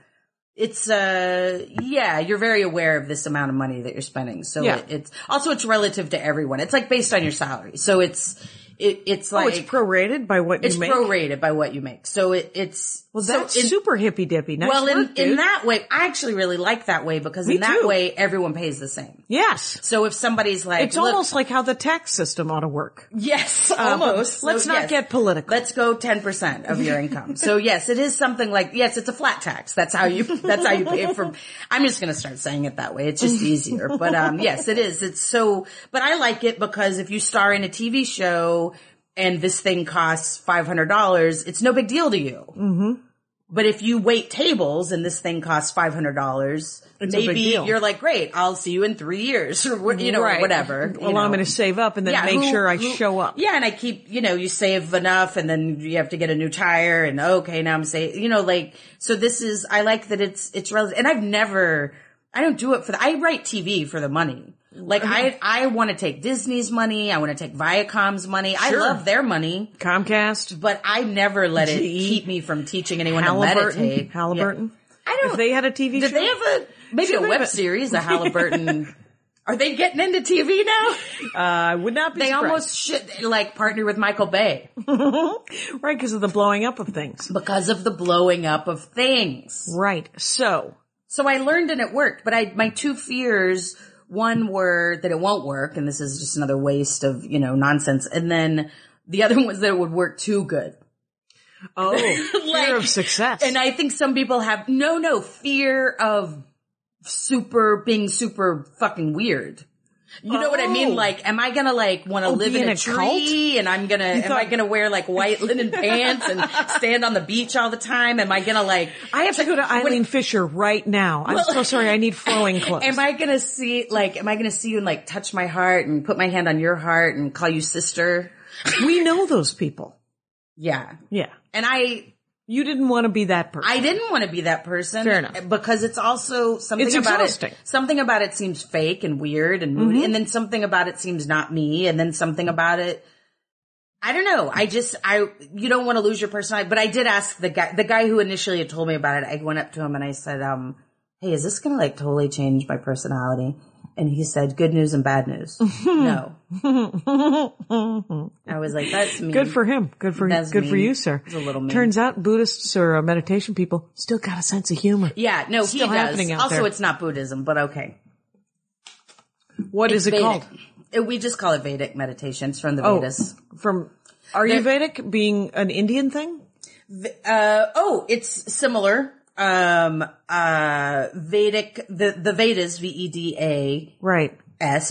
Speaker 5: It's a yeah. You're very aware of this amount of money that you're spending. So
Speaker 3: Yeah.
Speaker 5: it, it's also it's relative to everyone. It's like based on your salary. So it's it, it's
Speaker 3: oh
Speaker 5: like
Speaker 3: it's prorated by what
Speaker 5: it's
Speaker 3: you make
Speaker 5: prorated by what you make. So it, it's
Speaker 3: well
Speaker 5: so
Speaker 3: that's
Speaker 5: in-
Speaker 3: super hippy dippy nice
Speaker 5: well in,
Speaker 3: work,
Speaker 5: in
Speaker 3: dude.
Speaker 5: that way. I actually really like that way because in that
Speaker 3: too.
Speaker 5: way everyone pays the same.
Speaker 3: yes
Speaker 5: So if somebody's like,
Speaker 3: It's
Speaker 5: "Look,
Speaker 3: almost like how the tax system ought to work.
Speaker 5: yes,
Speaker 3: Uh, but
Speaker 5: almost.
Speaker 3: let's
Speaker 5: So,
Speaker 3: not
Speaker 5: yes.
Speaker 3: get political.
Speaker 5: Let's go ten percent of your income. so yes, it is something like yes, it's a flat tax. That's how you. That's how you pay it from. I'm just gonna start saying it that way. It's just easier. But um, yes, it is. It's so. But I like it because if you star in a TV show and this thing costs five hundred dollars, it's no big deal to you. Mm-hmm. But if you wait tables and this thing costs five hundred dollars,
Speaker 3: It's a big
Speaker 5: maybe
Speaker 3: deal.
Speaker 5: you're like, great, I'll see you in three years, or what- you know,
Speaker 3: Right.
Speaker 5: whatever. you
Speaker 3: Allow
Speaker 5: know.
Speaker 3: me to save up and then
Speaker 5: Yeah,
Speaker 3: make
Speaker 5: who-
Speaker 3: sure I
Speaker 5: who-
Speaker 3: show up.
Speaker 5: Yeah, and I keep, you know, you save enough and then you have to get a new tire and okay, now I'm saying, you know, like, so this is, I like that it's, it's relative. And I've never, I don't do it for the, I write TV for the money. Like I, I want to take Disney's money. I want to take Viacom's money. I
Speaker 3: Sure.
Speaker 5: love their money,
Speaker 3: Comcast,
Speaker 5: but I never let it
Speaker 3: GE,
Speaker 5: keep me from teaching anyone to
Speaker 3: Halliburton,
Speaker 5: meditate.
Speaker 3: Halliburton.
Speaker 5: Yeah. I don't,
Speaker 3: If they had a TV
Speaker 5: did
Speaker 3: show,
Speaker 5: they have a, maybe
Speaker 3: Sure,
Speaker 5: a
Speaker 3: they
Speaker 5: web
Speaker 3: have a-
Speaker 5: series, a Halliburton, are they getting into TV now?
Speaker 3: I would not be.
Speaker 5: They
Speaker 3: surprised.
Speaker 5: almost should like partner with Michael Bay
Speaker 3: right because of the blowing up of things.
Speaker 5: because of the blowing up of things.
Speaker 3: Right. So
Speaker 5: So I learned and it worked, but I my two fears one were that it won't work and this is just another waste of, you know, nonsense. And then the other was that it would work too good.
Speaker 3: oh, fear of
Speaker 5: Like-
Speaker 3: success.
Speaker 5: And I think some people have no no fear of super being super fucking weird. You know what I
Speaker 3: Oh.
Speaker 5: mean? Like, am I gonna like want to
Speaker 3: Oh,
Speaker 5: live
Speaker 3: be
Speaker 5: in
Speaker 3: in
Speaker 5: a,
Speaker 3: a
Speaker 5: tree?
Speaker 3: cult?
Speaker 5: And I'm gonna, am I
Speaker 3: thought-
Speaker 5: gonna wear like white linen pants and stand on the beach all the time? Am I gonna like?
Speaker 3: I have to go to Eileen Fisher right now. I'm so sorry. I need flowing clothes.
Speaker 5: Am I gonna see like? Am I gonna see you and like touch my heart and put my hand on your heart and call you sister?
Speaker 3: we know those people.
Speaker 5: Yeah,
Speaker 3: Yeah.
Speaker 5: and I
Speaker 3: You didn't want to be that person.
Speaker 5: I didn't want to be that person.
Speaker 3: Fair enough.
Speaker 5: Because it's also something
Speaker 3: It's
Speaker 5: about
Speaker 3: exhausting. Mm-hmm.
Speaker 5: it. Something about it seems fake and weird and moody, and then something about it seems not me, and then something about it. I don't know. I just I you don't want to lose your personality. But I did ask the guy the guy who initially had told me about it. I went up to him and I said, um, "Hey, is this going to like totally change my personality?" And he said, "Good news and bad news." no. I was like, "That's me."
Speaker 3: good for him. Good for
Speaker 5: That's
Speaker 3: good for
Speaker 5: mean.
Speaker 3: you, sir.
Speaker 5: It's a little mean.
Speaker 3: Turns out Buddhists or uh, meditation people still got a sense of humor.
Speaker 5: Yeah, no,
Speaker 3: Still
Speaker 5: he does.
Speaker 3: happening out
Speaker 5: also,
Speaker 3: there.
Speaker 5: it's not Buddhism, but okay.
Speaker 3: What is it
Speaker 5: Vedic.
Speaker 3: called? Oh.
Speaker 5: It- we just call it Vedic meditations from the Vedas.
Speaker 3: From are you Vedic being an Indian thing?
Speaker 5: Uh, oh, it's similar. Um, uh, Vedic, the, the Vedas, E V-E-D-A-S,
Speaker 3: Right.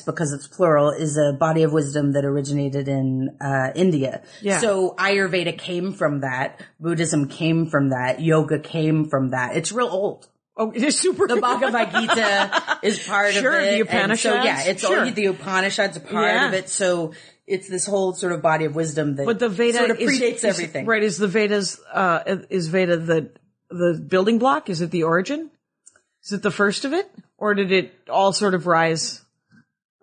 Speaker 5: because it's plural, is a body of wisdom that originated in, uh, India.
Speaker 3: Yeah.
Speaker 5: So Ayurveda came from that. Buddhism came from that. Yoga came from that. It's real old.
Speaker 3: Oh, it's super.
Speaker 5: The Bhagavad Gita is part
Speaker 3: Sure,
Speaker 5: of it.
Speaker 3: the
Speaker 5: and So
Speaker 3: Upanishads.
Speaker 5: yeah, it's
Speaker 3: Sure.
Speaker 5: all the Upanishads are part
Speaker 3: Yeah.
Speaker 5: of it. So it's this whole sort of body of wisdom that
Speaker 3: but the Veda
Speaker 5: sort of
Speaker 3: is-
Speaker 5: predates
Speaker 3: is-
Speaker 5: everything.
Speaker 3: Right? Is the Vedas uh, is Veda the the building block? Is it the origin? Is it the first of it, or did it all sort of rise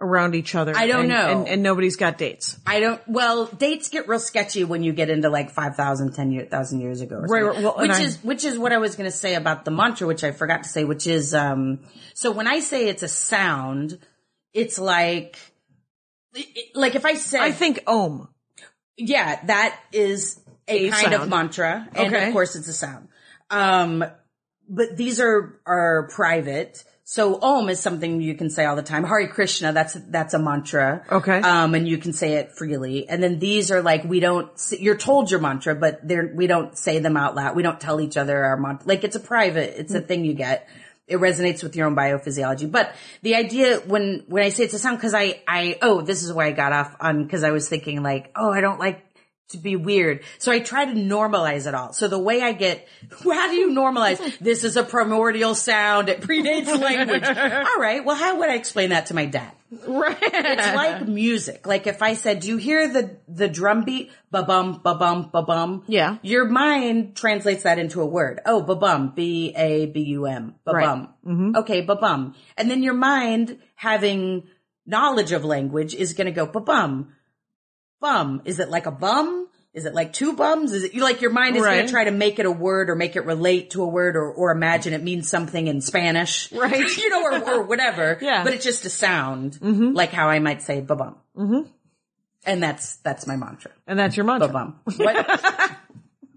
Speaker 3: around each other?
Speaker 5: I don't
Speaker 3: and-
Speaker 5: know.
Speaker 3: And, and nobody's got dates.
Speaker 5: I don't. Well, dates get real sketchy when you get into like 5,000, 10,000 years ago, or
Speaker 3: Right,
Speaker 5: something.
Speaker 3: right, well, and
Speaker 5: which
Speaker 3: I-
Speaker 5: is which is what I was going to say about the mantra, which I forgot to say. Which is, um, so when I say it's a sound, it's like, it- it- like if I say,
Speaker 3: I think Om.
Speaker 5: yeah, that is a,
Speaker 3: A
Speaker 5: kind of
Speaker 3: sound.
Speaker 5: mantra, and
Speaker 3: Okay.
Speaker 5: of course it's a sound. Um, but these are are private. So Om is something you can say all the time. Hare Krishna, that's that's a mantra.
Speaker 3: Okay.
Speaker 5: Um, and you can say it freely. And then these are like we don't. s- You're told your mantra, but they're we don't say them out loud. We don't tell each other our mantra. Like it's a private. It's a thing you get. It resonates with your own biophysiology. But the idea when when I say it's a sound, because I I oh this is where I got off on because I was thinking like oh I don't like to be weird. So I try to normalize it all. So the way I get, how do you normalize? This is a primordial sound. It predates language. all right. Well, how would I explain that to my dad? Right. It's like music. Like if I said, do you hear the, the drum beat? Ba-bum, ba-bum, ba-bum.
Speaker 3: Yeah.
Speaker 5: Your mind translates that into a word. Oh, ba-bum, B-A-B-U-M, ba-bum.
Speaker 3: Mm-hmm.
Speaker 5: Okay, ba-bum. And then your mind having knowledge of language is going to go ba-bum, bum? Is it like a bum? Is it like two bums? Is it you like your mind is going
Speaker 3: Right.
Speaker 5: to try to make it a word or make it relate to a word or, or imagine it means something in Spanish,
Speaker 3: Right.
Speaker 5: you know, or, or whatever.
Speaker 3: Yeah. Mm-hmm.
Speaker 5: But it's just a sound, like how I might say ba bum. Mm-hmm. And that's that's my mantra.
Speaker 3: And that's your mantra.
Speaker 5: Ba bum. What?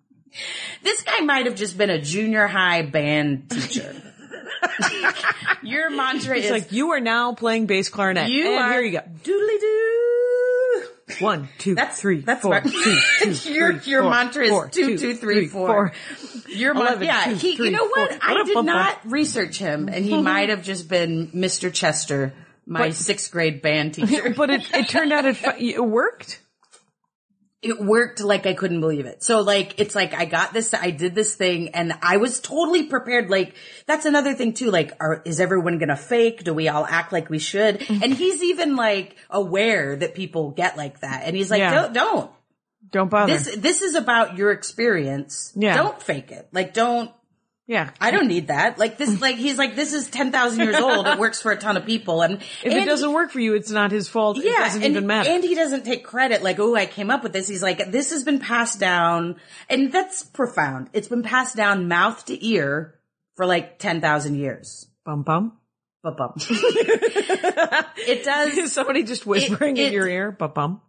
Speaker 5: this guy might have just been a junior high band teacher. your mantra
Speaker 3: It's
Speaker 5: is
Speaker 3: like you are now playing bass clarinet.
Speaker 5: you
Speaker 3: and
Speaker 5: are
Speaker 3: here you go.
Speaker 5: doodly doo.
Speaker 3: One, two,
Speaker 5: That's
Speaker 3: three,
Speaker 5: That's
Speaker 3: four,
Speaker 5: my-
Speaker 3: two, two, three,
Speaker 5: your your
Speaker 3: four,
Speaker 5: mantra is
Speaker 3: four,
Speaker 5: two, two, three, four. Your mantra,
Speaker 3: Eleven,
Speaker 5: yeah.
Speaker 3: two,
Speaker 5: he,
Speaker 3: three,
Speaker 5: you know what?
Speaker 3: four.
Speaker 5: I did
Speaker 3: Ba-da-ba-ba.
Speaker 5: not research him, and he might have just been Mr. Chester, my sixth grade band teacher.
Speaker 3: But it, it turned out it, fi- it worked.
Speaker 5: it worked like I couldn't believe it. So like it's like I got this, I did this thing, and I was totally prepared. Like that's another thing too. Like, are, is everyone gonna fake? Do we all act like we should? And he's even like aware that people get like that, and he's like,
Speaker 3: Yeah.
Speaker 5: don't, don't.
Speaker 3: Don't bother.
Speaker 5: This this is about your experience.
Speaker 3: Yeah.
Speaker 5: Don't fake it. Like don't
Speaker 3: yeah.
Speaker 5: I don't need that. Like this like he's like this is 10,000 years old. It works for a ton of people and
Speaker 3: If it doesn't work for you, it's not his fault. it doesn't
Speaker 5: and,
Speaker 3: even matter.
Speaker 5: And he doesn't take credit like, "Oh, I came up with this." He's like, "This has been passed down." And that's profound. It's been passed down mouth to ear for like 10,000 years.
Speaker 3: bum bum.
Speaker 5: Bum, bum. it does.
Speaker 3: Somebody just whispering in
Speaker 5: it-
Speaker 3: your ear, bum bum,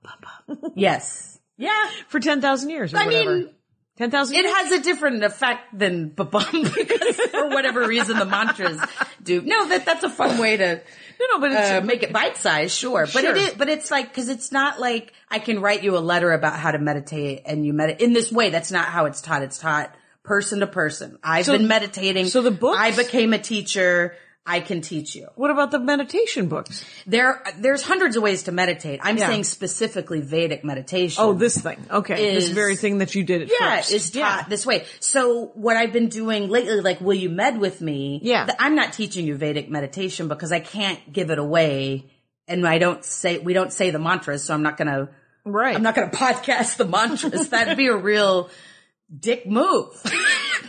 Speaker 5: Yes. Yeah.
Speaker 3: for ten thousand years or
Speaker 5: I
Speaker 3: whatever.
Speaker 5: mean,
Speaker 3: ten thousand.
Speaker 5: It has a different effect than ba-bum because for whatever reason the mantras do. No, that that's a fun way to
Speaker 3: no, but it's
Speaker 5: uh, make it bite sized, sure. But
Speaker 3: Sure.
Speaker 5: it is, but it's like because it's not like I can write you a letter about how to meditate and you meditate in this way. That's not how it's taught. It's taught person to person. I've been meditating.
Speaker 3: so the books-
Speaker 5: I became a teacher. I can teach you.
Speaker 3: what about the meditation books?
Speaker 5: There, there's hundreds of ways to meditate. I'm
Speaker 3: Yeah.
Speaker 5: saying specifically Vedic meditation.
Speaker 3: Oh, this thing. Okay,
Speaker 5: Is-
Speaker 3: this very thing that you did at
Speaker 5: Yeah,
Speaker 3: first.
Speaker 5: it's taught this way. So what I've been doing lately, like, will you med with me?
Speaker 3: Yeah.
Speaker 5: th- I'm not teaching you Vedic meditation because I can't give it away, and I don't say we don't say the mantras, so I'm not gonna
Speaker 3: right.
Speaker 5: I'm not gonna podcast the mantras. That'd be a real dick move.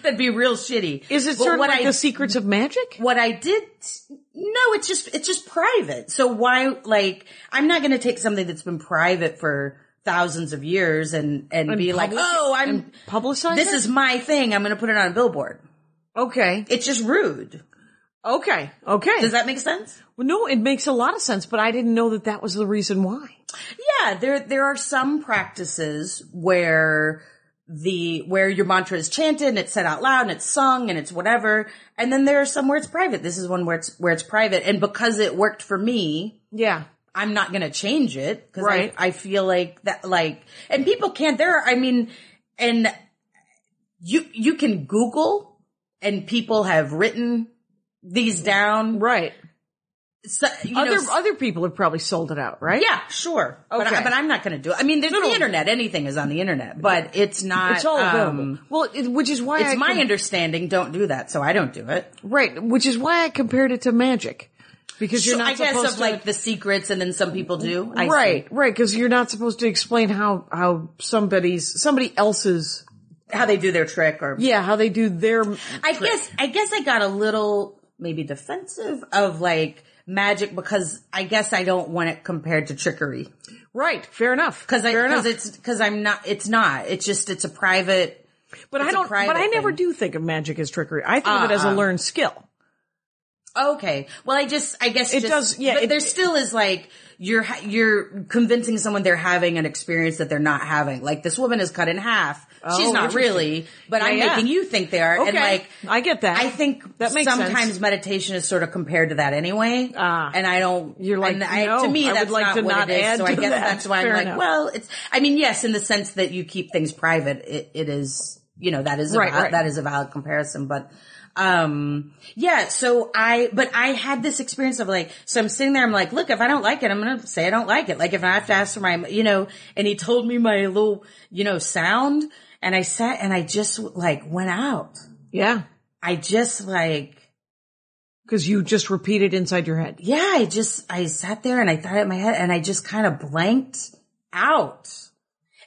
Speaker 5: That'd be real shitty.
Speaker 3: Is it
Speaker 5: But
Speaker 3: sort of
Speaker 5: what
Speaker 3: like
Speaker 5: I-
Speaker 3: the secrets of magic?
Speaker 5: what I did, no, it's just, it's just private. So why, like, I'm not going to take something that's been private for thousands of years and, and, be like,
Speaker 3: public-
Speaker 5: oh, I'm,
Speaker 3: and publicize
Speaker 5: this
Speaker 3: it?
Speaker 5: is my thing. I'm going to put it on a billboard.
Speaker 3: Okay.
Speaker 5: It's just rude.
Speaker 3: Okay. Okay.
Speaker 5: Does that make sense?
Speaker 3: Well, no, it makes a lot of sense, but I didn't know that that was the reason why.
Speaker 5: Yeah, there, there are some practices where the, where your mantra is chanted and it's said out loud and it's sung and it's whatever. And then there are some where it's private. This is one where it's, where it's private. And because it worked for me,
Speaker 3: Yeah.
Speaker 5: I'm not going to change it because
Speaker 3: Right.
Speaker 5: I, I feel like that, like, and people can't. There, are- I mean, and you you can Google, and people have written these down.
Speaker 3: Right.
Speaker 5: So, you
Speaker 3: Other
Speaker 5: know,
Speaker 3: other people have probably sold it out, right?
Speaker 5: yeah, sure. But,
Speaker 3: Okay.
Speaker 5: I, but I'm not going to do it. I mean, there's the internet. Anything is on the internet, but it's not.
Speaker 3: It's all available.
Speaker 5: um,
Speaker 3: well, it, which is why I
Speaker 5: It's my
Speaker 3: com-
Speaker 5: understanding. Don't do that. So I don't do it.
Speaker 3: right, which is why I compared it to magic because you're
Speaker 5: So
Speaker 3: not
Speaker 5: I guess
Speaker 3: supposed
Speaker 5: of
Speaker 3: to
Speaker 5: like the secrets, and then some people do. I see.
Speaker 3: right, right, because you're not supposed to explain how how somebody's somebody else's
Speaker 5: How they do their trick or
Speaker 3: yeah how they do their
Speaker 5: I guess I guess I got a little maybe defensive of like magic because I guess I don't want it compared to trickery
Speaker 3: right. Fair enough.
Speaker 5: because
Speaker 3: Fair
Speaker 5: because
Speaker 3: enough.
Speaker 5: it's because I'm not it's not it's just it's a private
Speaker 3: but I
Speaker 5: it's a
Speaker 3: don't. But
Speaker 5: private
Speaker 3: I never
Speaker 5: thing. Uh-uh.
Speaker 3: do think of magic as trickery. I think of it as a learned skill.
Speaker 5: okay well I just I guess
Speaker 3: It
Speaker 5: just-
Speaker 3: does- yeah,
Speaker 5: but
Speaker 3: it-
Speaker 5: there still is like you're ha- you're convincing someone they're having an experience that they're not having like this woman is cut in half she's not
Speaker 3: interesting.
Speaker 5: really but I'm
Speaker 3: yeah.
Speaker 5: making you think they are and
Speaker 3: Okay.
Speaker 5: like
Speaker 3: I get that.
Speaker 5: I think
Speaker 3: That makes sense. Ah.
Speaker 5: sometimes meditation is sort of compared to that anyway. and I don't.
Speaker 3: You're like,
Speaker 5: and I,
Speaker 3: no,
Speaker 5: to me,
Speaker 3: I would
Speaker 5: that's
Speaker 3: like
Speaker 5: not
Speaker 3: to
Speaker 5: what
Speaker 3: not
Speaker 5: it is.
Speaker 3: add
Speaker 5: so I
Speaker 3: to
Speaker 5: guess
Speaker 3: that.
Speaker 5: that's why
Speaker 3: Fair
Speaker 5: I'm like,
Speaker 3: enough.
Speaker 5: well, it's. I mean, yes, in the sense that you keep things private, it, it is. You know, that is a
Speaker 3: Right,
Speaker 5: val-
Speaker 3: right.
Speaker 5: that is a valid comparison, but. Um, yeah, so I, but I had this experience of like, so I'm sitting there, I'm like, look, if I don't like it, I'm going to say I don't like it. Like, if I have to ask for my, you know, and he told me my little, you know, sound and I sat and I just like went out.
Speaker 3: Yeah,
Speaker 5: I just like,
Speaker 3: because you just repeat it inside your head.
Speaker 5: yeah, I just, I sat there and I thought it in my head and I just kind of blanked out.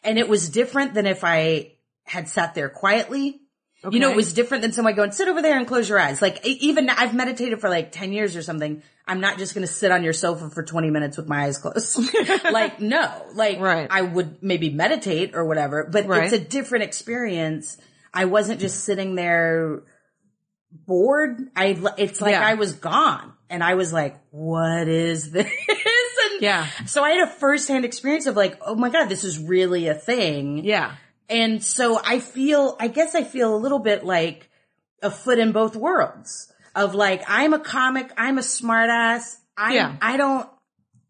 Speaker 5: And it was different than if I had sat there quietly. You know,
Speaker 3: Okay.
Speaker 5: it was different than someone going, sit over there and close your eyes. Like e- even I've meditated for like 10 years or something. I'm not just going to sit on your sofa for 20 minutes with my eyes closed. like, no, like
Speaker 3: Right.
Speaker 5: I would maybe meditate or whatever, but
Speaker 3: Right.
Speaker 5: it's a different experience. I wasn't just sitting there bored. I it's like
Speaker 3: Yeah.
Speaker 5: I was gone and I was like, what is this? and
Speaker 3: Yeah.
Speaker 5: So I had a firsthand experience of like, oh my God, this is really a thing.
Speaker 3: Yeah,
Speaker 5: And so I feel, I guess I feel a little bit like a foot in both worlds of like, I'm a comic. I'm a smartass. I,
Speaker 3: Yeah.
Speaker 5: I don't,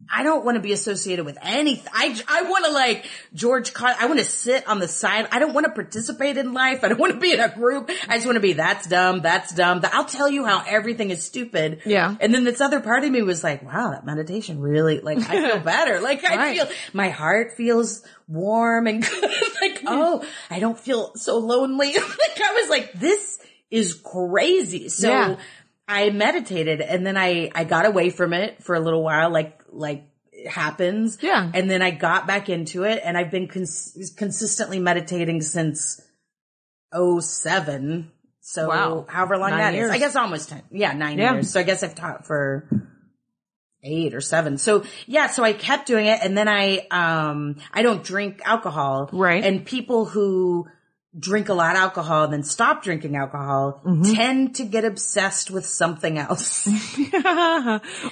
Speaker 5: I don't want to be associated with anything. I, I want to like George Con, I want to sit on the side. I don't want to participate in life. I don't want to be in a group. I just want to be, that's dumb. That's dumb. Th- I'll tell you how everything is stupid.
Speaker 3: Yeah.
Speaker 5: And then this other part of me was like, wow, that meditation really, like, I feel better. Like, I
Speaker 3: Right.
Speaker 5: feel, my heart feels warm and good. like, oh, I don't feel so lonely. like, I was like, this is crazy. So
Speaker 3: Yeah.
Speaker 5: I meditated and then I, I got away from it for a little while, like, like, it happens.
Speaker 3: Yeah.
Speaker 5: And then I got back into it and I've been cons- consistently meditating since 07. So
Speaker 3: Wow.
Speaker 5: however long
Speaker 3: Nine
Speaker 5: that is,
Speaker 3: years.
Speaker 5: I guess almost 10. Yeah. Nine
Speaker 3: Yeah.
Speaker 5: years. So I guess I've taught for eight or seven. So yeah, so I kept doing it and then I um I don't drink alcohol.
Speaker 3: Right.
Speaker 5: And people who drink a lot of alcohol and then stop drinking alcohol
Speaker 3: Mm-hmm.
Speaker 5: tend to get obsessed with something else.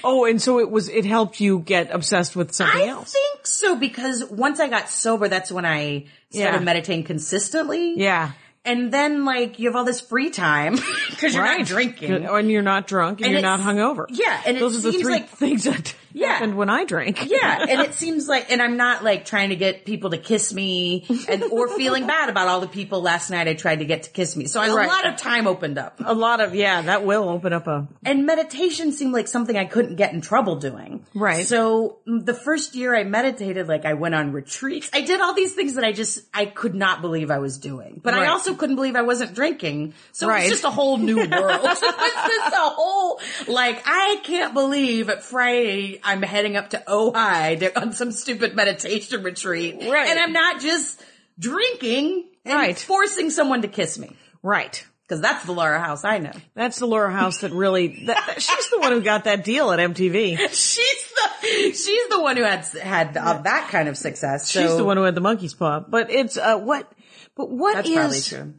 Speaker 3: oh, and so it was, it helped you get obsessed with something
Speaker 5: I
Speaker 3: else.
Speaker 5: think so because once I got sober, that's when I started
Speaker 3: Yeah.
Speaker 5: meditating consistently.
Speaker 3: yeah.
Speaker 5: And then like you have all this free time because you're not drinking.
Speaker 3: And you're not drunk and,
Speaker 5: And
Speaker 3: you're not
Speaker 5: it's-
Speaker 3: hungover.
Speaker 5: yeah, and it
Speaker 3: Those are the
Speaker 5: seems
Speaker 3: three
Speaker 5: like-
Speaker 3: things that
Speaker 5: Yeah.
Speaker 3: happened when I drank.
Speaker 5: Yeah, and it seems like, and I'm not like trying to get people to kiss me, and or feeling bad about all the people last night I tried to get to kiss me. So I,
Speaker 3: Right.
Speaker 5: a lot of time opened up,
Speaker 3: A lot of, yeah, that will open up a,
Speaker 5: and meditation seemed like something I couldn't get in trouble doing.
Speaker 3: Right.
Speaker 5: So mm, the first year I meditated, like I went on retreats, I did all these things that I just I could not believe I was doing, but
Speaker 3: Right.
Speaker 5: I also couldn't believe I wasn't drinking. So
Speaker 3: Right.
Speaker 5: it's just a whole new world. it's just a whole like I can't believe at Friday I'm heading up to Ojai to, on some stupid meditation retreat,
Speaker 3: Right.
Speaker 5: And I'm not just drinking. and
Speaker 3: Right.
Speaker 5: forcing someone to kiss me
Speaker 3: Right.
Speaker 5: because that's the Laura House I know.
Speaker 3: That's the Laura House that really, that, that- she's the one who got that deal at MTV.
Speaker 5: She's the she's the one who had had uh, that kind of success. So
Speaker 3: She's the one who had the monkey's paw. But it's, uh, what, but what
Speaker 5: That's
Speaker 3: is-
Speaker 5: probably true.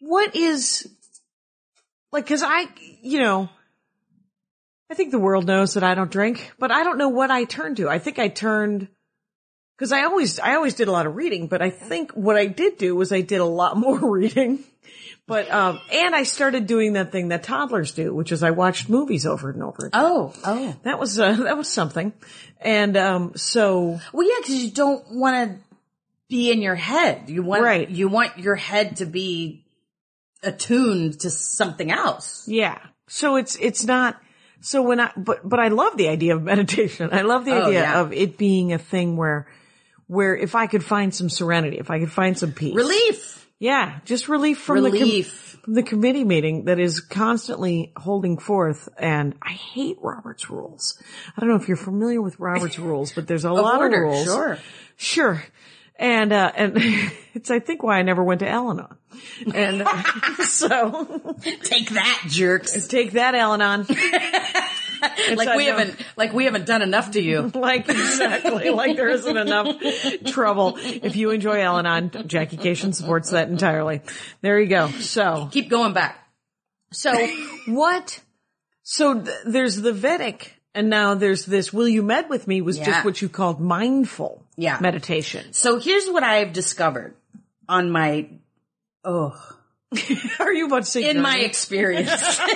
Speaker 3: what is like because i you know i think the world knows that i don't drink but i don't know what i turned to i think i turned because i always i always did a lot of reading but i think what i did do was i did a lot more reading but um and i started doing that thing that toddlers do which is i watched movies over and over again.
Speaker 5: Oh, oh.
Speaker 3: that was uh, that was something and um so
Speaker 5: Well, yeah, because you don't want to be in your head. You want
Speaker 3: Right.
Speaker 5: you want your head to be attuned to something else.
Speaker 3: Yeah. So it's it's not so when I but but I love the idea of meditation. I love the
Speaker 5: Oh,
Speaker 3: idea
Speaker 5: yeah.
Speaker 3: of it being a thing where where if I could find some serenity, if I could find some peace.
Speaker 5: Relief,
Speaker 3: Yeah, just relief from the
Speaker 5: relief.
Speaker 3: com- from the committee meeting that is constantly holding forth and I hate Robert's rules. I don't know if you're familiar with Robert's rules, but there's a lot
Speaker 5: order,
Speaker 3: of rules.
Speaker 5: sure.
Speaker 3: Sure. And uh and it's I think why I never went to Al-Anon. And uh, so
Speaker 5: Take that, jerks!
Speaker 3: take that Al-Anon.
Speaker 5: like we
Speaker 3: I know.
Speaker 5: haven't, like we haven't done enough to you.
Speaker 3: Like exactly, like there isn't enough trouble. If you enjoy Al Anon, Jackie Cation supports that entirely. There you go. So,
Speaker 5: Keep going back.
Speaker 3: so what? So th- there's the Vedic, and now there's this. Will you med with me? Was
Speaker 5: Yeah.
Speaker 3: just what you called mindful,
Speaker 5: Yeah.
Speaker 3: meditation.
Speaker 5: So here's what I've discovered on my oh
Speaker 3: Are you about to say
Speaker 5: in my
Speaker 3: journey?
Speaker 5: experience.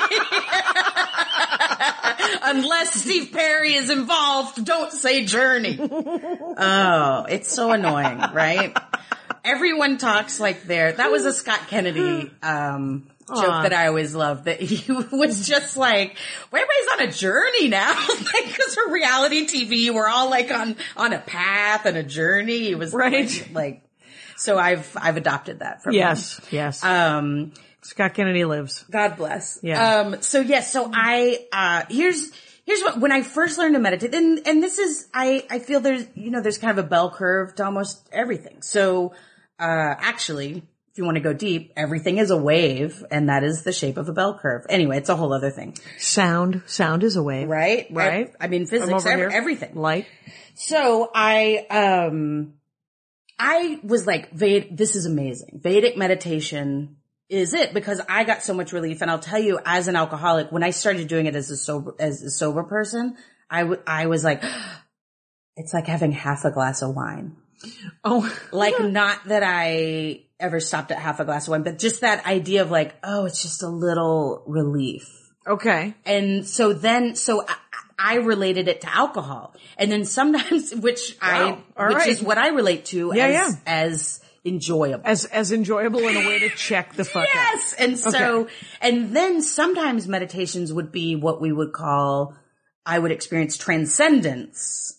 Speaker 5: Unless Steve Perry is involved, don't say journey. Oh, it's so annoying, right? Everyone talks like they're, that was a Scott Kennedy, um, joke that I always loved that he was just like, well, everybody's on a journey now. like, cause for reality TV, we're all like on, on a path and a journey. It was like-
Speaker 3: Right.
Speaker 5: like, so I've, I've adopted that from him.
Speaker 3: Yes, yes.
Speaker 5: Um,
Speaker 3: Scott Kennedy lives.
Speaker 5: God bless.
Speaker 3: Yeah.
Speaker 5: Um, so yes, so I, uh, here's, here's what, when I first learned to meditate, and, and this is, I, I feel there's, you know, there's kind of a bell curve to almost everything. So, uh, actually, if you want to go deep, everything is a wave, and that is the shape of a bell curve. Anyway, it's a whole other thing.
Speaker 3: Sound, sound is a wave,
Speaker 5: Right?
Speaker 3: Right.
Speaker 5: I, I mean,
Speaker 3: I'm
Speaker 5: physics,
Speaker 3: over
Speaker 5: ev-
Speaker 3: here.
Speaker 5: everything.
Speaker 3: Light.
Speaker 5: So I, um, I was like, Ved- this is amazing. Vedic meditation is it because I got so much relief. And I'll tell you, as an alcoholic, when I started doing it as a sober, as a sober person, I, w- I was like, it's like having half a glass of wine.
Speaker 3: Oh,
Speaker 5: Like not that I ever stopped at half a glass of wine, but just that idea of like, oh, it's just a little relief
Speaker 3: okay.
Speaker 5: and so then so I, I related it to alcohol and then sometimes which
Speaker 3: Wow.
Speaker 5: i
Speaker 3: All
Speaker 5: which
Speaker 3: right.
Speaker 5: is what i relate to
Speaker 3: Yeah,
Speaker 5: as
Speaker 3: yeah.
Speaker 5: as enjoyable
Speaker 3: As as enjoyable in a way to check the fuck out.
Speaker 5: yes and so and then sometimes meditations would be what we would call i would experience transcendence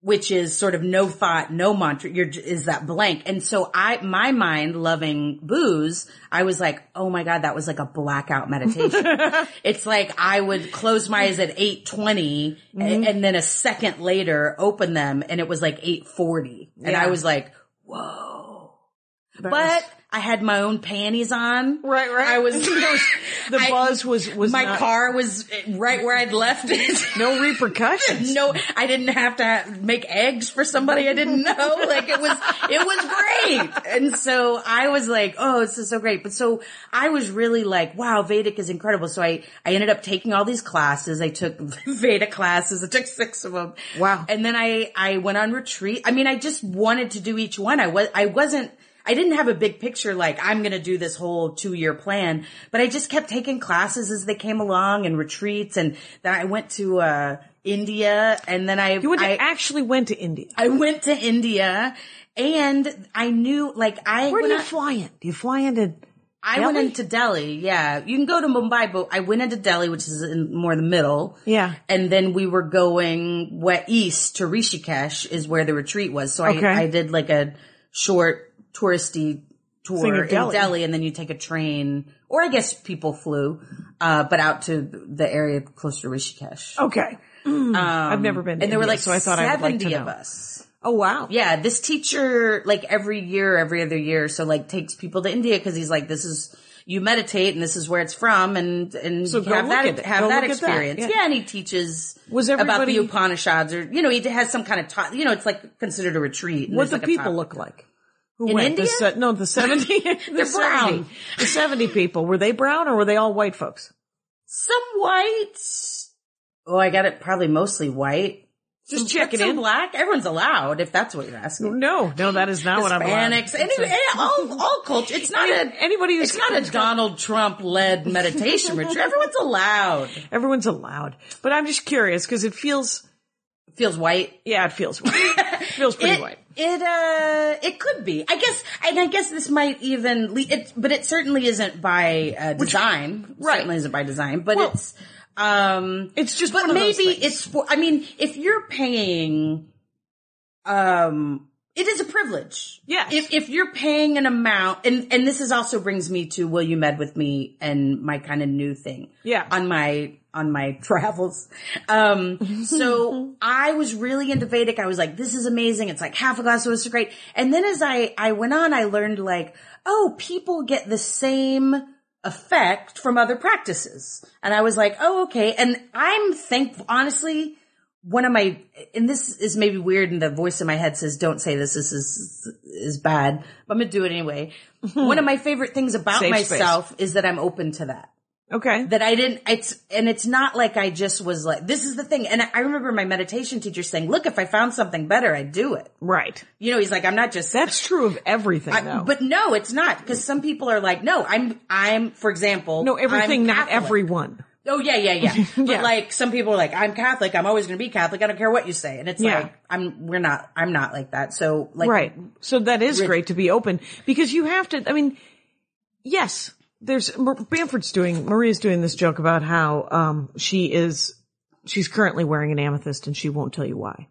Speaker 5: which is sort of no thought, no mantra. You're, j- is that blank? And so I, my mind loving booze, I was like, oh my God, that was like a blackout meditation. it's like I would close my eyes at 820 a-
Speaker 3: Mm-hmm.
Speaker 5: and, then a second later open them and it was like 840. And I was like, whoa. But I had my own panties on.
Speaker 3: Right, right.
Speaker 5: I was,
Speaker 3: the
Speaker 5: I-
Speaker 3: buzz was was
Speaker 5: my
Speaker 3: not-
Speaker 5: car was right where I'd left it.
Speaker 3: No repercussions.
Speaker 5: no i didn't have to make eggs for somebody i didn't know like it was it was great and so i was like oh this is so great but so i was really like wow vedic is incredible so i i ended up taking all these classes i took veda classes i took six of them
Speaker 3: Wow.
Speaker 5: and then i i went on retreat i mean i just wanted to do each one i was i wasn't I didn't have a big picture like I'm going to do this whole two year plan, but I just kept taking classes as they came along and retreats. And then I went to, uh, India and then I,
Speaker 3: You went to-
Speaker 5: I,
Speaker 3: actually went to India.
Speaker 5: I went to India and I knew like I,
Speaker 3: Where do
Speaker 5: when
Speaker 3: you
Speaker 5: I,
Speaker 3: fly in? Do you fly into?
Speaker 5: I
Speaker 3: Delhi?
Speaker 5: went into Delhi. Yeah. You can go to Mumbai, but I went into Delhi, which is in more the middle.
Speaker 3: Yeah.
Speaker 5: And then we were going west east to Rishikesh is where the retreat was. So
Speaker 3: Okay.
Speaker 5: I, I did like a short touristy
Speaker 3: Thing
Speaker 5: tour
Speaker 3: of
Speaker 5: in
Speaker 3: Delhi.
Speaker 5: Delhi. and then you take a train or I guess people flew, uh, but out to the area close to Rishikesh.
Speaker 3: Okay, I've never been. To
Speaker 5: Mm. and there were
Speaker 3: India,
Speaker 5: like
Speaker 3: Oh, so I thought
Speaker 5: 70
Speaker 3: I would like to
Speaker 5: of
Speaker 3: know.
Speaker 5: us.
Speaker 3: Oh wow.
Speaker 5: Yeah, this teacher, like every year, every other year, so like takes people to India because he's like, this is you meditate and this is where it's from, and and
Speaker 3: So go
Speaker 5: have
Speaker 3: look
Speaker 5: that
Speaker 3: at it.
Speaker 5: have
Speaker 3: Go
Speaker 5: that
Speaker 3: look at that,
Speaker 5: experience.
Speaker 3: yeah.
Speaker 5: Yeah. and he teaches
Speaker 3: Was
Speaker 5: about the
Speaker 3: everybody-
Speaker 5: Upanishads, or you know, he has some kind of ta- you know, it's like considered a retreat. and
Speaker 3: What
Speaker 5: there's,
Speaker 3: the
Speaker 5: like, a
Speaker 3: people
Speaker 5: topic.
Speaker 3: look like? Who
Speaker 5: In
Speaker 3: went?
Speaker 5: India?
Speaker 3: The se- no, the seventy. They're
Speaker 5: They're brown.
Speaker 3: the seventy people were they brown or were they all white folks?
Speaker 5: Some whites. Oh, I got it. Probably mostly white.
Speaker 3: Just
Speaker 5: Some-
Speaker 3: checking
Speaker 5: some
Speaker 3: in.
Speaker 5: Black. Everyone's allowed if that's what you're asking.
Speaker 3: No, no, that is not what I'm. allowed.
Speaker 5: Hispanics, any, eh, all, all culture. It's not
Speaker 3: Any-
Speaker 5: a
Speaker 3: anybody who's
Speaker 5: It's not a Donald Trump led meditation retreat. Everyone's allowed.
Speaker 3: Everyone's allowed, but I'm just curious because it feels.
Speaker 5: Feels white.
Speaker 3: Yeah, it feels white. It feels pretty
Speaker 5: it,
Speaker 3: white.
Speaker 5: It uh, it could be. I guess, and I guess this might even. Le- it, but it certainly isn't by uh, design.
Speaker 3: right.
Speaker 5: Certainly isn't by design. But
Speaker 3: Well,
Speaker 5: it's. Um,
Speaker 3: It's just
Speaker 5: but
Speaker 3: one of those
Speaker 5: maybe
Speaker 3: things.
Speaker 5: it's for. I mean, if you're paying, um, it is a privilege.
Speaker 3: Yes.
Speaker 5: If if you're paying an amount, and and this is also brings me to will you med with me and my kind of new thing.
Speaker 3: Yeah.
Speaker 5: On my on my travels. Um, so I was really into Vedic. I was like, this is amazing. It's like half a glass of it's great. And then as I, I went on, I learned like, oh, people get the same effect from other practices. And I was like, oh, okay. And I'm thankful, honestly, one of my, and this is maybe weird and the voice in my head says, don't say this. This is, is bad, but I'm going to do it anyway. one of my favorite things about
Speaker 3: Mm-hmm. Safe space.
Speaker 5: myself is that I'm open to that
Speaker 3: Okay.
Speaker 5: that I didn't, it's, and it's not like I just was like, this is the thing. And I- I remember my meditation teacher saying, look, if I found something better, I'd do it.
Speaker 3: right.
Speaker 5: You know, he's like, I'm not just
Speaker 3: That's true of everything, though.
Speaker 5: But no, it's not. Cause some people are like, no, I'm, I'm, for example.
Speaker 3: no,
Speaker 5: I'm
Speaker 3: everything, not
Speaker 5: Catholic."
Speaker 3: everyone.
Speaker 5: Oh yeah, yeah, yeah.
Speaker 3: Yeah.
Speaker 5: But like some people are like, I'm Catholic. I'm always going to be Catholic. I don't care what you say. And it's
Speaker 3: Yeah.
Speaker 5: like, I'm, we're not, I'm not like that. So like,
Speaker 3: right. So that is great to be open because you have to. I mean, yes, there's Mar- Bamford's doing Maria's doing this joke about how um, she is she's currently wearing an amethyst and she won't tell you why.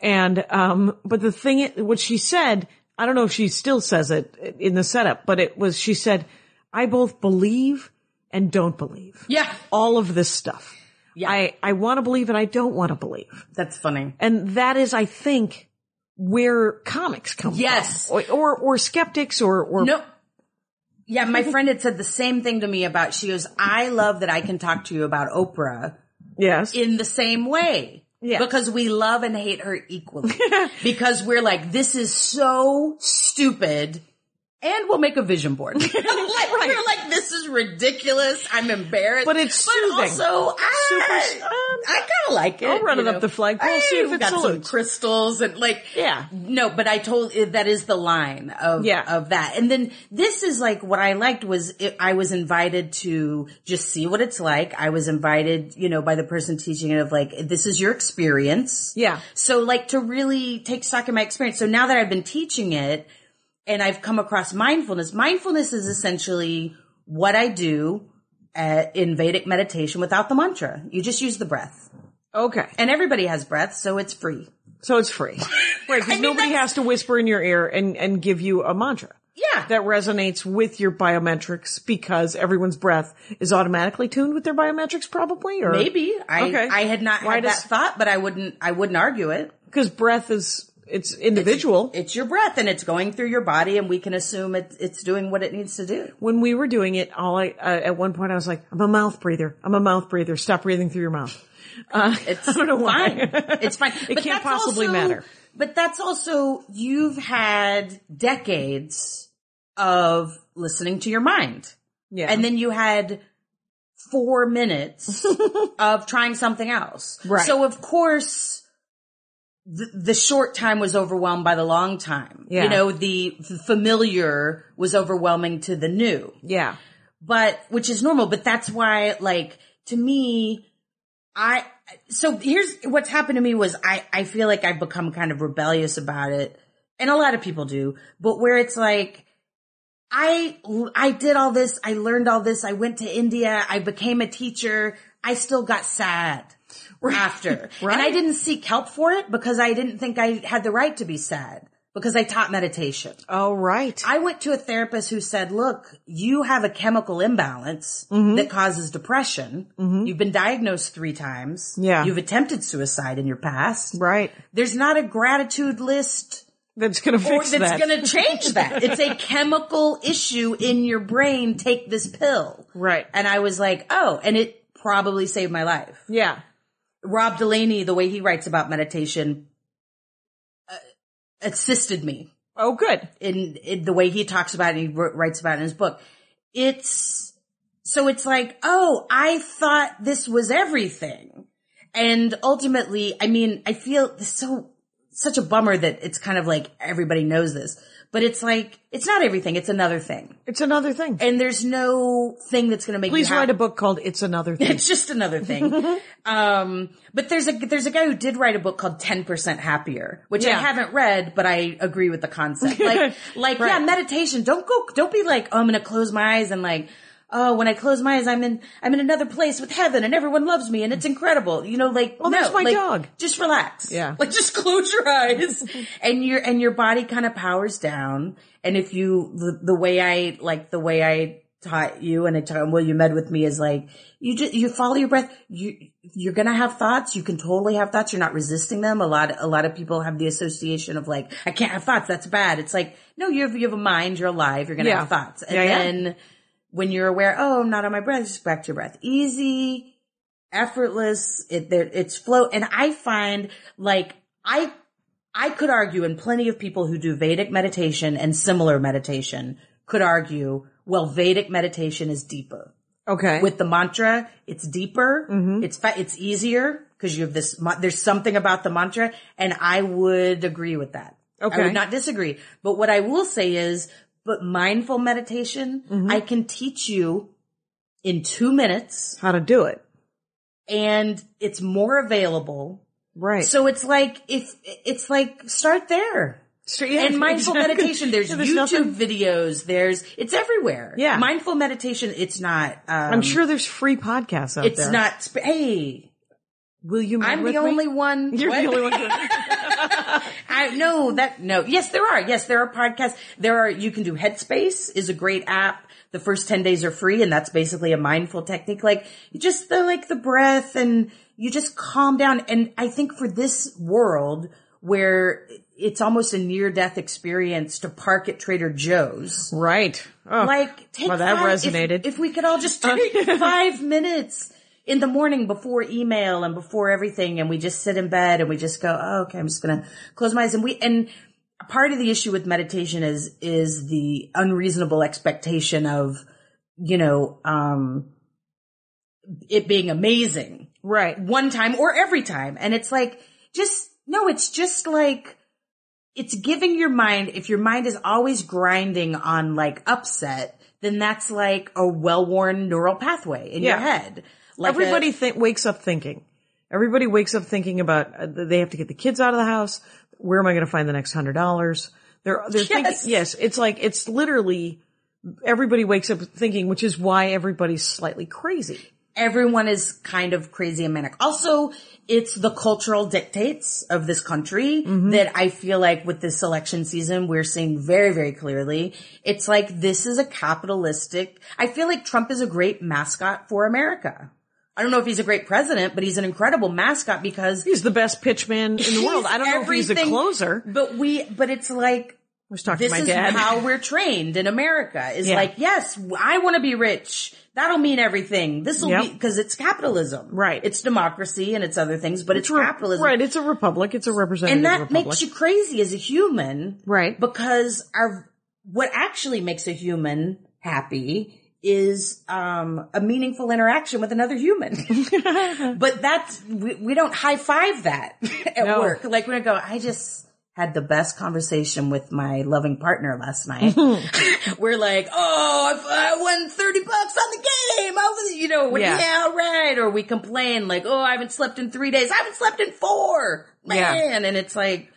Speaker 3: And um, but the thing, i- what she said, I don't know if she still says it in the setup, but it was she said, "I both believe and don't believe."
Speaker 5: Yeah.
Speaker 3: all of this stuff.
Speaker 5: Yeah.
Speaker 3: I I want to believe and I don't want to believe.
Speaker 5: That's funny.
Speaker 3: And that is, I think, where comics come
Speaker 5: Yes.
Speaker 3: from. Or, or, or skeptics or, or
Speaker 5: No. Yeah, my friend had said the same thing to me about, she goes, I love that I can talk to you about Oprah.
Speaker 3: yes.
Speaker 5: in the same way.
Speaker 3: Yes.
Speaker 5: Because we love and hate her equally. because we're like, this is so stupid. And we'll make a vision board. like, We're like, this is ridiculous. I'm embarrassed.
Speaker 3: But it's
Speaker 5: but
Speaker 3: soothing.
Speaker 5: also, I,
Speaker 3: Super- um,
Speaker 5: I kind of like it.
Speaker 3: I'll run
Speaker 5: you
Speaker 3: it up
Speaker 5: know?
Speaker 3: the flagpole, see
Speaker 5: Hey,
Speaker 3: if
Speaker 5: we
Speaker 3: it
Speaker 5: got some
Speaker 3: salutes.
Speaker 5: crystals and like,
Speaker 3: Yeah.
Speaker 5: no, but I told eh, that is the line of
Speaker 3: Yeah.
Speaker 5: of that. And then this is like what I liked was it, I was invited to just see what it's like. I was invited, you know, by the person teaching it of like this is your experience.
Speaker 3: Yeah.
Speaker 5: So like to really take stock in my experience. So now that I've been teaching it and I've come across mindfulness, mindfulness is essentially what I do uh, in Vedic meditation without the mantra. You just use the breath.
Speaker 3: Okay.
Speaker 5: And everybody has breath, so it's free.
Speaker 3: So it's free. Right. Because
Speaker 5: mean,
Speaker 3: nobody
Speaker 5: that's-
Speaker 3: has to whisper in your ear and, and give you a mantra.
Speaker 5: Yeah.
Speaker 3: That resonates with your biometrics because everyone's breath is automatically tuned with their biometrics probably or
Speaker 5: Maybe I
Speaker 3: Okay.
Speaker 5: I had not
Speaker 3: Why
Speaker 5: had
Speaker 3: does-
Speaker 5: that thought, but I wouldn't I wouldn't argue it.
Speaker 3: because breath is, it's individual.
Speaker 5: It's your breath and it's going through your body, and we can assume it, it's doing what it needs to do.
Speaker 3: when we were doing it, all I, uh, at one point I was like, I'm a mouth breather. I'm a mouth breather. Stop breathing through your mouth. Uh,
Speaker 5: It's
Speaker 3: I don't know why.
Speaker 5: fine. It's fine.
Speaker 3: It can't
Speaker 5: that's
Speaker 3: possibly
Speaker 5: also-
Speaker 3: matter.
Speaker 5: But that's also you've had decades of listening to your mind,
Speaker 3: Yeah.
Speaker 5: and then you had four minutes of trying something else.
Speaker 3: Right.
Speaker 5: So of course. the, the short time was overwhelmed by the long time.
Speaker 3: Yeah.
Speaker 5: You know, the f- familiar was overwhelming to the new,
Speaker 3: yeah.
Speaker 5: but which is normal. But that's why, like, to me, I, so here's what's happened to me was I, I feel like I've become kind of rebellious about it. And a lot of people do, but where it's like, I, I did all this. I learned all this. I went to India. I became a teacher. I still got sad after. And I didn't seek help for it because I didn't think I had the right to be sad. because I taught meditation.
Speaker 3: Oh, right.
Speaker 5: I went to a therapist who said, look, you have a chemical imbalance
Speaker 3: Mm-hmm.
Speaker 5: that causes depression. You've been diagnosed three times.
Speaker 3: Yeah.
Speaker 5: You've attempted suicide in your past.
Speaker 3: right.
Speaker 5: There's not a gratitude list
Speaker 3: That's going to
Speaker 5: or
Speaker 3: fix
Speaker 5: that's
Speaker 3: that.
Speaker 5: going to change that. It's a chemical issue in your brain. Take this pill.
Speaker 3: Right.
Speaker 5: And I was like, oh, and it probably saved my life.
Speaker 3: yeah.
Speaker 5: Rob Delaney, the way he writes about meditation, uh, assisted me
Speaker 3: Oh, good.
Speaker 5: in, in the way he talks about it and he wr- writes about it in his book. It's so it's like, oh, I thought this was everything. And ultimately, I mean, I feel it's so such a bummer that it's kind of like everybody knows this, but it's like it's not everything, it's another thing.
Speaker 3: It's another thing.
Speaker 5: And there's no thing that's going to make
Speaker 3: Please
Speaker 5: you happy
Speaker 3: write a book called It's Another Thing.
Speaker 5: it's just another thing. um, but there's a there's a guy who did write a book called Ten Percent Happier, which I
Speaker 3: Yeah.
Speaker 5: haven't read, but I agree with the concept. Like, like yeah, meditation. Don't go. Don't be like, oh, I'm gonna close my eyes and like. Oh, when I close my eyes, I'm in I'm in another place with heaven, and everyone loves me, and it's incredible. You know, like well, no,
Speaker 3: there's my
Speaker 5: like,
Speaker 3: dog.
Speaker 5: Just relax.
Speaker 3: Yeah.
Speaker 5: like just close your eyes, and your and your body kind of powers down. And if you the, the way I like the way I taught you and I taught well, you med with me is like you just you follow your breath. You you're gonna have thoughts. You can totally have thoughts. You're not resisting them. A lot a lot of people have the association of like I can't have thoughts. That's bad. It's like no, you have you have a mind. You're alive. You're gonna
Speaker 3: Yeah.
Speaker 5: have thoughts. And
Speaker 3: Yeah, yeah.
Speaker 5: then when you're aware, oh, I'm not on my breath, just back to your breath. Easy effortless. It there, it's flow. And I find like I, I could argue, and plenty of people who do Vedic meditation and similar meditation could argue, well, Vedic meditation is deeper.
Speaker 3: Okay. Mm-hmm.
Speaker 5: With the mantra, it's deeper. It's fa- it's easier because you have this. ma- There's something about the mantra, and I would agree with that. I
Speaker 3: Okay.
Speaker 5: would not disagree. But what I will say is, but mindful meditation,
Speaker 3: Mm-hmm.
Speaker 5: I can teach you in two minutes
Speaker 3: How to do it.
Speaker 5: and it's more available.
Speaker 3: Right.
Speaker 5: So it's like if it's like start there.
Speaker 3: So, yeah,
Speaker 5: and mindful
Speaker 3: exactly.
Speaker 5: meditation, there's,
Speaker 3: Yeah,
Speaker 5: YouTube
Speaker 3: nothing-
Speaker 5: videos, there's it's everywhere.
Speaker 3: Yeah.
Speaker 5: mindful meditation, it's not. Um,
Speaker 3: I'm sure there's free podcasts out
Speaker 5: it's
Speaker 3: there.
Speaker 5: not. sp- Hey,
Speaker 3: Will you?
Speaker 5: I'm
Speaker 3: with
Speaker 5: the
Speaker 3: me?
Speaker 5: only one.
Speaker 3: You're
Speaker 5: what?
Speaker 3: the only one.
Speaker 5: I no that no. Yes, there are. Yes, there are podcasts. There are. You can do Headspace is a great app. The first ten days are free, and that's basically a mindful technique. Like you just the like the breath, and you just calm down. And I think for this world where it's almost a near death experience to park at Trader Joe's,
Speaker 3: right. Oh.
Speaker 5: like take
Speaker 3: Well, that
Speaker 5: five- if-
Speaker 3: resonated. Oh.
Speaker 5: If, we could all just take five minutes in the morning before email and before everything, and we just sit in bed and we just go, oh, okay, I'm just gonna close my eyes. And we and part of the issue with meditation is is the unreasonable expectation of you know um it being amazing
Speaker 3: right.
Speaker 5: one time or every time. And it's like, just, no, it's just like, it's giving your mind, if your mind is always grinding on like upset, then that's like a well-worn neural pathway in your
Speaker 3: Yeah.
Speaker 5: head. Like a-
Speaker 3: Everybody thi- wakes up thinking. Everybody wakes up thinking about uh, they have to get the kids out of the house. Where am I going to find the next hundred dollars? They're they're thinking.
Speaker 5: Yes.
Speaker 3: Yes, it's like it's literally everybody wakes up thinking, which is why everybody's slightly crazy.
Speaker 5: everyone is kind of crazy and manic. Also, it's the cultural dictates of this country that I feel like with this election season, we're seeing very, very clearly. It's like this is a capitalistic. I feel like Trump is a great mascot for America. I don't know if he's a great president, but he's an incredible mascot because
Speaker 3: He's the best pitchman in the world. I don't know if he's a
Speaker 5: everything-
Speaker 3: closer. I
Speaker 5: But we, but it's like
Speaker 3: was talking
Speaker 5: this
Speaker 3: to my
Speaker 5: is
Speaker 3: dad.
Speaker 5: how we're trained in America. Is
Speaker 3: Yeah.
Speaker 5: like, yes, I want to be rich. That'll mean everything. This will
Speaker 3: Yep.
Speaker 5: be because it's capitalism,
Speaker 3: Right.
Speaker 5: It's democracy and it's other things, but it's,
Speaker 3: It's re-
Speaker 5: capitalism,
Speaker 3: Right, it's a republic. It's a representative
Speaker 5: and that
Speaker 3: republic.
Speaker 5: makes you crazy as a human,
Speaker 3: Right.
Speaker 5: Because our what actually makes a human happy is um, a meaningful interaction with another human. but that's we, we don't high five that at
Speaker 3: No.
Speaker 5: work. Like we're gonna go. I just had the best conversation with my loving partner last night. we're like, oh, I, I won thirty bucks on the game. I was, you know,
Speaker 3: Yeah.
Speaker 5: yeah. all right. Or we complain like, oh, I haven't slept in three days. I haven't slept in four
Speaker 3: Yeah.
Speaker 5: man. And it's like,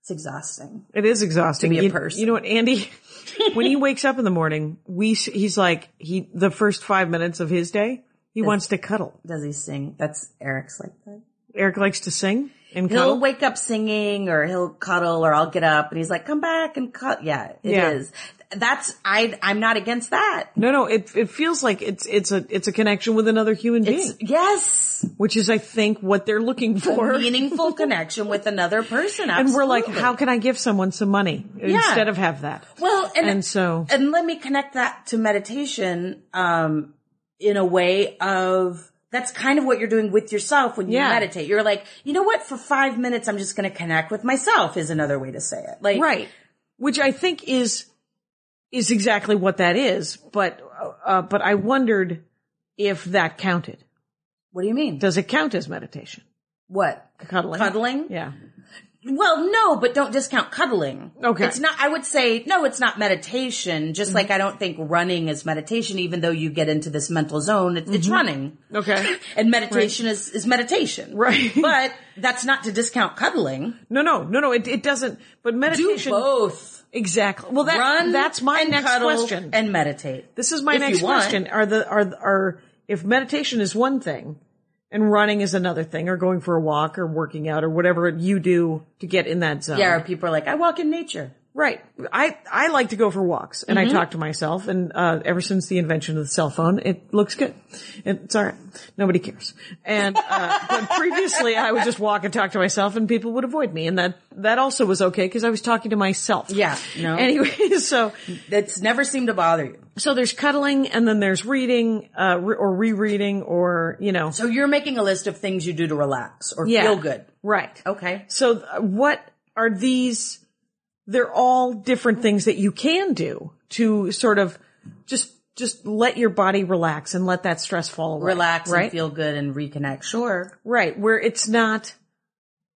Speaker 5: it's exhausting.
Speaker 3: It is exhausting.
Speaker 5: be a
Speaker 3: you,
Speaker 5: person.
Speaker 3: you know what, Andy? when he wakes up in the morning, we s- he's like he the first five minutes of his day, he wants to cuddle.
Speaker 5: Does he sing? That's Eric's like that.
Speaker 3: Eric likes to sing. And
Speaker 5: he'll
Speaker 3: cuddle?
Speaker 5: wake up singing or he'll cuddle or I'll get up and he's like, come back and cut. Yeah, it is.
Speaker 3: Yeah.
Speaker 5: That's, I, I'm not against that.
Speaker 3: No, no, it it feels like it's it's a it's a connection with another human being,
Speaker 5: It's, yes,
Speaker 3: which is I think what they're looking for.
Speaker 5: a meaningful connection with another person.
Speaker 3: and we're like,
Speaker 5: absolutely.
Speaker 3: how can I give someone some money instead of have that?
Speaker 5: Well, and,
Speaker 3: And so-
Speaker 5: and let me connect that to meditation, um, in a way of that's kind of what you're doing with yourself when you
Speaker 3: Yeah.
Speaker 5: meditate. You're like, you know what? For five minutes, I'm just going to connect with myself. Is another way to say it. Like,
Speaker 3: right which i think is is exactly what that is but uh, but i wondered if that counted
Speaker 5: What do you mean?
Speaker 3: does it count as meditation
Speaker 5: what?
Speaker 3: cuddling
Speaker 5: Cuddling?
Speaker 3: yeah
Speaker 5: Well, no, but don't discount cuddling.
Speaker 3: Okay. Mm-hmm.
Speaker 5: It's not, I would say, no, it's not meditation. Just like I don't think running is meditation, even though you get into this mental zone, it, it's running.
Speaker 3: Mm-hmm. okay
Speaker 5: And meditation is, is meditation.
Speaker 3: Right.
Speaker 5: But that's not to discount cuddling.
Speaker 3: no no no no it, it doesn't but
Speaker 5: Do
Speaker 3: meditation
Speaker 5: both.
Speaker 3: exactly well that
Speaker 5: Run.
Speaker 3: that's my
Speaker 5: and
Speaker 3: next
Speaker 5: cuddle
Speaker 3: question
Speaker 5: And meditate.
Speaker 3: this is my
Speaker 5: if you
Speaker 3: next
Speaker 5: want.
Speaker 3: question are the are are if meditation is one thing and running is another thing or going for a walk or working out or whatever you do to get in that zone
Speaker 5: Yeah, or people are like, I walk in nature.
Speaker 3: Right. I, I like to go for walks and
Speaker 5: Mm-hmm.
Speaker 3: I talk to myself and, uh, ever since the invention of the cell phone, it looks good. It's alright. Nobody cares. And, uh, but previously I would just walk and talk to myself and people would avoid me and that, that also was okay because I was talking to myself.
Speaker 5: Yeah, no.
Speaker 3: Anyway, so,
Speaker 5: That's never seemed to bother you.
Speaker 3: so there's cuddling and then there's reading, uh, re- or rereading or, you know.
Speaker 5: So you're making a list of things you do to relax or
Speaker 3: Yeah.
Speaker 5: feel good.
Speaker 3: Right.
Speaker 5: Okay.
Speaker 3: So th- what are these? They're all different things that you can do to sort of just just let your body relax and let that stress fall away.
Speaker 5: Relax
Speaker 3: right?
Speaker 5: and feel good and reconnect. Sure.
Speaker 3: right where it's not.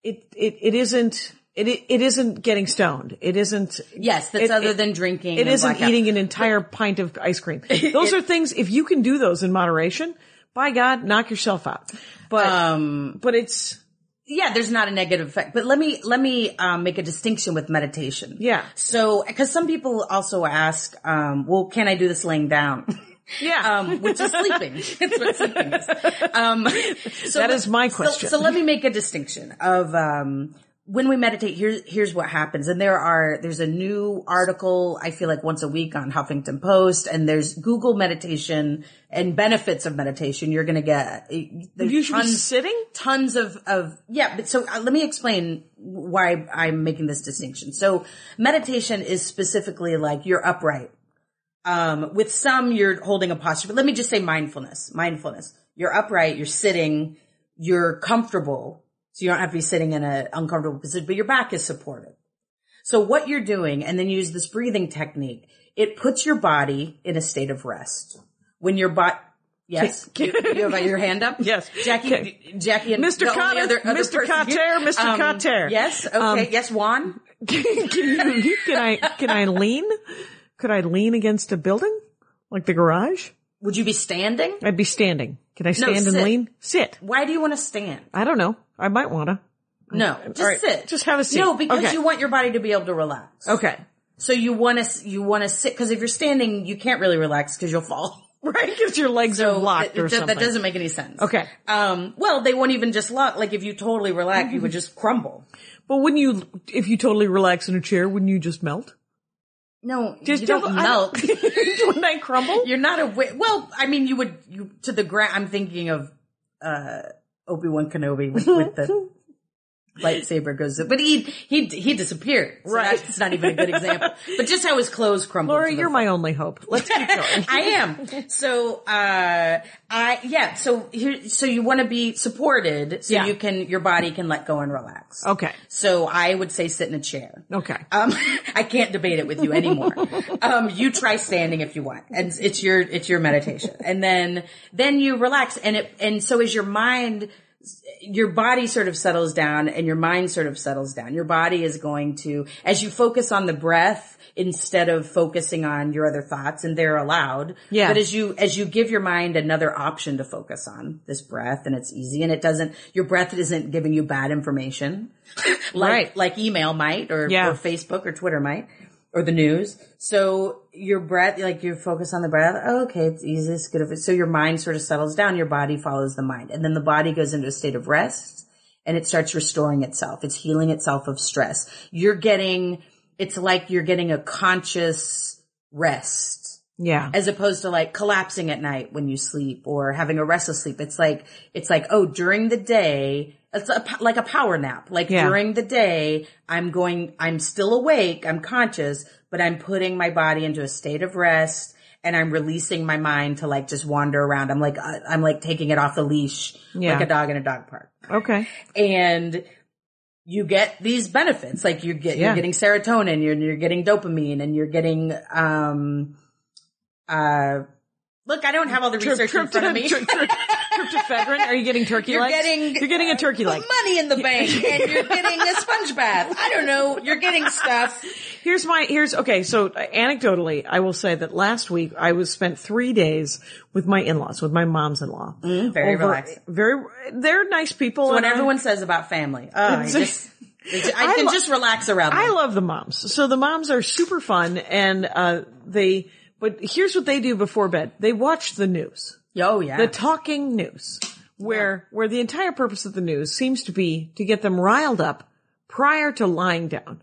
Speaker 3: It it it isn't. It, it, it isn't getting stoned. It isn't.
Speaker 5: Yes, that's
Speaker 3: It-
Speaker 5: other
Speaker 3: it-
Speaker 5: than drinking.
Speaker 3: It
Speaker 5: and
Speaker 3: isn't
Speaker 5: blackout.
Speaker 3: eating an entire pint of ice cream. Those are things. If you can do those in moderation, by God, knock yourself out. But
Speaker 5: Um,
Speaker 3: but it's
Speaker 5: yeah, there's not a negative effect, but let me, let me, um, make a distinction with meditation.
Speaker 3: Yeah.
Speaker 5: So, cause some people also ask, um, well, can I do this laying down?
Speaker 3: yeah.
Speaker 5: um, which is sleeping. That's what sleeping is. Um, so
Speaker 3: That is my
Speaker 5: so-
Speaker 3: question.
Speaker 5: So, let me make a distinction of um, when we meditate. Here's here's what happens, and there are there's a new article I feel like once a week on Huffington Post, and there's Google meditation and benefits of meditation. You're gonna get there's
Speaker 3: you should be
Speaker 5: tons-
Speaker 3: sitting.
Speaker 5: tons of of yeah but so uh, let me explain why i'm making this distinction so meditation is specifically like you're upright um with some you're holding a posture but let me just say mindfulness mindfulness you're upright you're sitting you're comfortable so you don't have to be sitting in an uncomfortable position but your back is supported so what you're doing, and then you use this breathing technique, it puts your body in a state of rest. When your body, yes, you, you have your hand up.
Speaker 3: Yes.
Speaker 5: Jackie,
Speaker 3: Okay.
Speaker 5: Jackie, and
Speaker 3: Mr.
Speaker 5: the only
Speaker 3: Cotter,
Speaker 5: other, other
Speaker 3: Mr.
Speaker 5: person- Um,
Speaker 3: Cotter, Mr. Cotter.
Speaker 5: Yes. Okay.
Speaker 3: Um,
Speaker 5: yes, Juan.
Speaker 3: can you, can I, can I lean? Could I lean against a building? Like the garage?
Speaker 5: Would you be standing?
Speaker 3: I'd be standing. Can I stand and
Speaker 5: sit.
Speaker 3: lean? Sit.
Speaker 5: Why do you want to stand?
Speaker 3: I don't know. I might wanna.
Speaker 5: No, just
Speaker 3: right.
Speaker 5: sit.
Speaker 3: Just have a seat.
Speaker 5: No, because
Speaker 3: Okay.
Speaker 5: you want your body to be able to relax.
Speaker 3: Okay.
Speaker 5: So you want to you want to sit because if you're standing, you can't really relax because you'll fall.
Speaker 3: Right? Cause your legs are
Speaker 5: So uh,
Speaker 3: locked
Speaker 5: that,
Speaker 3: or
Speaker 5: that-
Speaker 3: something.
Speaker 5: that doesn't make any sense.
Speaker 3: Okay.
Speaker 5: Um, well, they won't even just lock. Like if you totally relax, you would just crumble.
Speaker 3: But wouldn't you, if you totally relax in a chair, wouldn't you just melt?
Speaker 5: No,
Speaker 3: Just
Speaker 5: you don't,
Speaker 3: don't- I
Speaker 5: melt.
Speaker 3: wouldn't I crumble?
Speaker 5: You're not a wi- well. I mean, you would you to the ground. I'm thinking of uh, Obi Wan Kenobi with, with the lightsaber goes, but he he he disappeared. So
Speaker 3: Right.
Speaker 5: That's not even a good example. But just how his clothes crumbled.
Speaker 3: Laura,
Speaker 5: to the
Speaker 3: you're my only hope. Let's keep going.
Speaker 5: I am. So, uh, I, yeah, so here, so you want to be supported so
Speaker 3: Yeah.
Speaker 5: you can, your body can let go and relax.
Speaker 3: Okay.
Speaker 5: So I would say sit in a chair.
Speaker 3: Okay.
Speaker 5: Um, I can't debate it with you anymore. um, you try standing if you want, and it's your it's your meditation, and then then you relax, and it and so as your mind, your body sort of settles down, and your mind sort of settles down. Your body is going to as you focus on the breath instead of focusing on your other thoughts, and they're allowed.
Speaker 3: Yeah.
Speaker 5: But as you as you give your mind another option to focus on this breath, and it's easy, and it doesn't your breath isn't giving you bad information like
Speaker 3: Right.
Speaker 5: like email might or,
Speaker 3: Yeah.
Speaker 5: or Facebook or Twitter might or the news. So your breath, like you focus on the breath. Oh, okay, it's easy. It's good. If it, so your mind sort of settles down. Your body follows the mind, and then the body goes into a state of rest, and it starts restoring itself. It's healing itself of stress. You're getting, it's like you're getting a conscious rest
Speaker 3: Yeah.
Speaker 5: as opposed to like collapsing at night when you sleep or having a restless sleep. It's like, it's like, oh, during the day, it's a, po- like a power nap. Like
Speaker 3: Yeah.
Speaker 5: during the day, I'm going, I'm still awake, I'm conscious, but I'm putting my body into a state of rest and I'm releasing my mind to like just wander around. I'm like, I- I'm like taking it off the leash
Speaker 3: Yeah.
Speaker 5: like a dog in a dog park
Speaker 3: Okay.
Speaker 5: and you get these benefits. Like you get
Speaker 3: Yeah.
Speaker 5: you're getting serotonin, you're you're getting dopamine, and you're getting um uh look, I don't have all the
Speaker 3: Tryp-
Speaker 5: research in front of me.
Speaker 3: tryptophan- tryp- tryp- Tryptophan. Are you getting turkey
Speaker 5: You're
Speaker 3: legs?
Speaker 5: getting
Speaker 3: You're getting a turkey
Speaker 5: put
Speaker 3: leg.
Speaker 5: money in the bank, and you're getting a sponge bath. I don't know. You're getting stuff.
Speaker 3: Here's my here's okay. So uh, anecdotally, I will say that last week I was spent three days with my in laws, with my mom's in law.
Speaker 5: Mm, very relaxing.
Speaker 3: Very, they're nice people.
Speaker 5: What
Speaker 3: and I-
Speaker 5: everyone says about family. Oh, I just I
Speaker 3: I
Speaker 5: can
Speaker 3: lo-
Speaker 5: just relax around.
Speaker 3: I
Speaker 5: them.
Speaker 3: love the moms. So the moms are super fun, and uh, they. But here's what they do before bed: they watch the news.
Speaker 5: oh yeah.
Speaker 3: the talking news, where where the entire purpose of the news seems to be to get them riled up prior to lying down,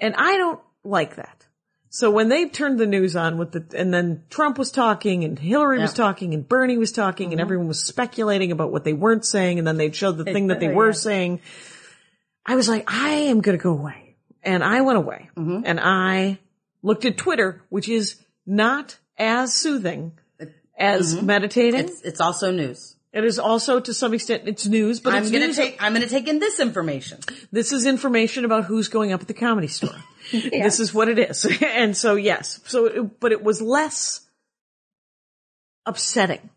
Speaker 3: and I don't like that. So when they turned the news on with the, and then Trump was talking and Hillary was talking and Bernie was talking and everyone was speculating about what they weren't saying and then they'd show the thing that Mm-hmm. they were saying. I was like, I am going to go away. And I went away and I looked at Twitter, which is not as soothing as meditating.
Speaker 5: it's, it's also news.
Speaker 3: It is also to some extent it's news, but
Speaker 5: I'm
Speaker 3: it's
Speaker 5: gonna
Speaker 3: news.
Speaker 5: take. I'm gonna take in this information.
Speaker 3: this is information about who's going up at the comedy store. This is what it is. and so yes. So it, but it was less upsetting.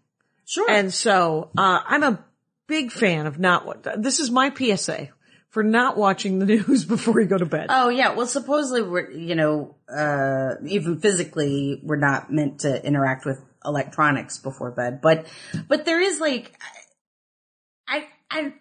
Speaker 5: Sure.
Speaker 3: And so uh, I'm a big fan of not what this is my PSA for not watching the news before you go to bed.
Speaker 5: Oh yeah, well supposedly we're you know uh even physically we're not meant to interact with electronics before bed, but but there is like I I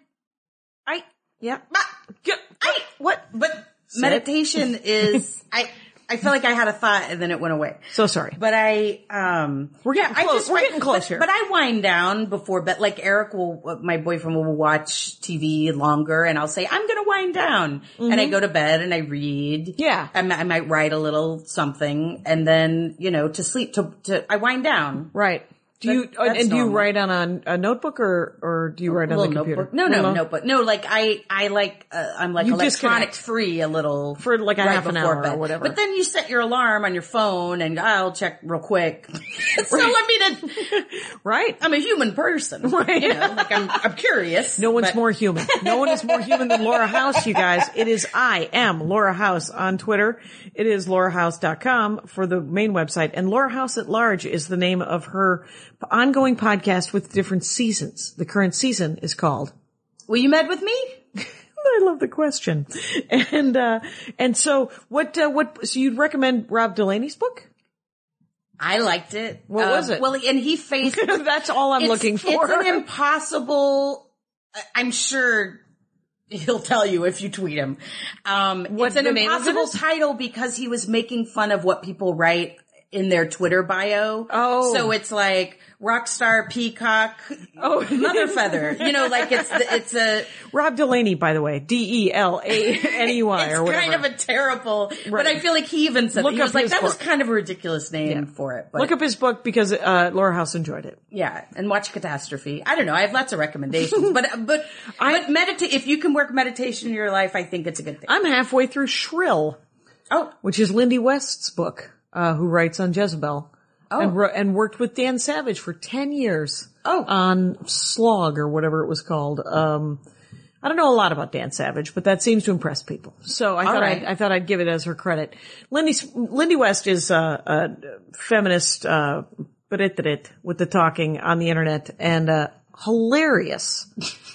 Speaker 3: I yeah.
Speaker 5: I,
Speaker 3: Get-
Speaker 5: Ah. I what but meditation is I I feel like I had a thought and then it went away.
Speaker 3: So sorry.
Speaker 5: But I, um,
Speaker 3: We're getting
Speaker 5: I
Speaker 3: close. We're
Speaker 5: wind-
Speaker 3: getting close
Speaker 5: but,
Speaker 3: here.
Speaker 5: But I wind down before, but like Eric will, my boyfriend will watch TV longer, and I'll say I'm going to wind down, and I
Speaker 3: Mm-hmm.
Speaker 5: go to bed and I read.
Speaker 3: Yeah.
Speaker 5: I, mi- I might write a little something, and then you know to sleep to to I wind down.
Speaker 3: Right. Do you
Speaker 5: That- that's
Speaker 3: and do you
Speaker 5: normal.
Speaker 3: write on a, a notebook or or do you write on the
Speaker 5: little
Speaker 3: computer?
Speaker 5: notebook. No, no,
Speaker 3: Little-
Speaker 5: notebook. No, like I, I like, uh, I'm like
Speaker 3: You
Speaker 5: electronic
Speaker 3: disconnect.
Speaker 5: free a little
Speaker 3: For like a half an
Speaker 5: before
Speaker 3: hour or whatever.
Speaker 5: But then you set your alarm on your phone, and I'll check real quick. so I mean, it,
Speaker 3: Right.
Speaker 5: I'm a human person,
Speaker 3: Right.
Speaker 5: You know, like I'm, I'm curious.
Speaker 3: No one's
Speaker 5: but-
Speaker 3: more human. No one is more human than Laura House, you guys. It is I am Laura House on Twitter. It is laurahouse.com for the main website. And Laura House at Large is the name of her ongoing podcast with different seasons. The current season is called
Speaker 5: Will you med with me?
Speaker 3: I love the question. And, uh, and so what, uh, what, so you'd recommend Rob Delaney's book?
Speaker 5: I liked it.
Speaker 3: What
Speaker 5: Um,
Speaker 3: was it?
Speaker 5: Well, and he faced.
Speaker 3: That's all I'm
Speaker 5: it's-
Speaker 3: looking for.
Speaker 5: It's an impossible. I- I'm sure he'll tell you if you tweet him. Um,
Speaker 3: What
Speaker 5: it's an
Speaker 3: the name of it
Speaker 5: impossible
Speaker 3: is?
Speaker 5: title because he was making fun of what people write in their Twitter bio.
Speaker 3: Oh.
Speaker 5: so it's like rockstar peacock
Speaker 3: Oh.
Speaker 5: mother feather. You know, like it's the, it's a
Speaker 3: Rob Delaney, by the way, E D-E-L-A-N-E-Y
Speaker 5: it's
Speaker 3: E or whatever.
Speaker 5: kind of a terrible.
Speaker 3: Right.
Speaker 5: But I feel like he even said
Speaker 3: Look
Speaker 5: that. he
Speaker 3: up
Speaker 5: was like
Speaker 3: his
Speaker 5: that was
Speaker 3: book.
Speaker 5: kind of a ridiculous name for it. But
Speaker 3: Look up his book because, uh, Laura House enjoyed it.
Speaker 5: Yeah, and watch Catastrophe. I don't know. I have lots of recommendations, but but but meditate. If you can work meditation in your life, I think it's a good thing.
Speaker 3: I'm halfway through Shrill,
Speaker 5: oh,
Speaker 3: which is Lindy West's book, uh, who writes on Jezebel. And, wro- and worked with Dan Savage for 10 years.
Speaker 5: Oh.
Speaker 3: On Slog or whatever it was called. Um, I don't know a lot about Dan Savage, but that seems to impress people. So I thought
Speaker 5: right.
Speaker 3: I'd, I thought I'd give it as her credit. Lindy, S- Lindy West is uh, a feminist, uh, brit-brit with the talking on the internet and, uh, hilarious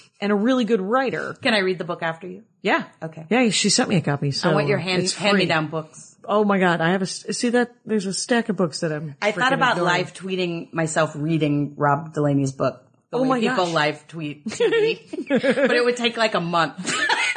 Speaker 3: and a really good writer.
Speaker 5: can I read the book after you? Oh,
Speaker 3: Yeah.
Speaker 5: Okay.
Speaker 3: Yeah, she sent me a copy. So
Speaker 5: I want your
Speaker 3: uh,
Speaker 5: hand
Speaker 3: it's free.
Speaker 5: hand me down books.
Speaker 3: Oh my god, I have a see that there's a stack of books that I'm.
Speaker 5: I thought
Speaker 3: freaking
Speaker 5: about
Speaker 3: ignoring.
Speaker 5: live tweeting myself reading Rob Delaney's book. The
Speaker 3: Oh
Speaker 5: way
Speaker 3: my
Speaker 5: people
Speaker 3: gosh.
Speaker 5: live tweet, me. but it would take like a month.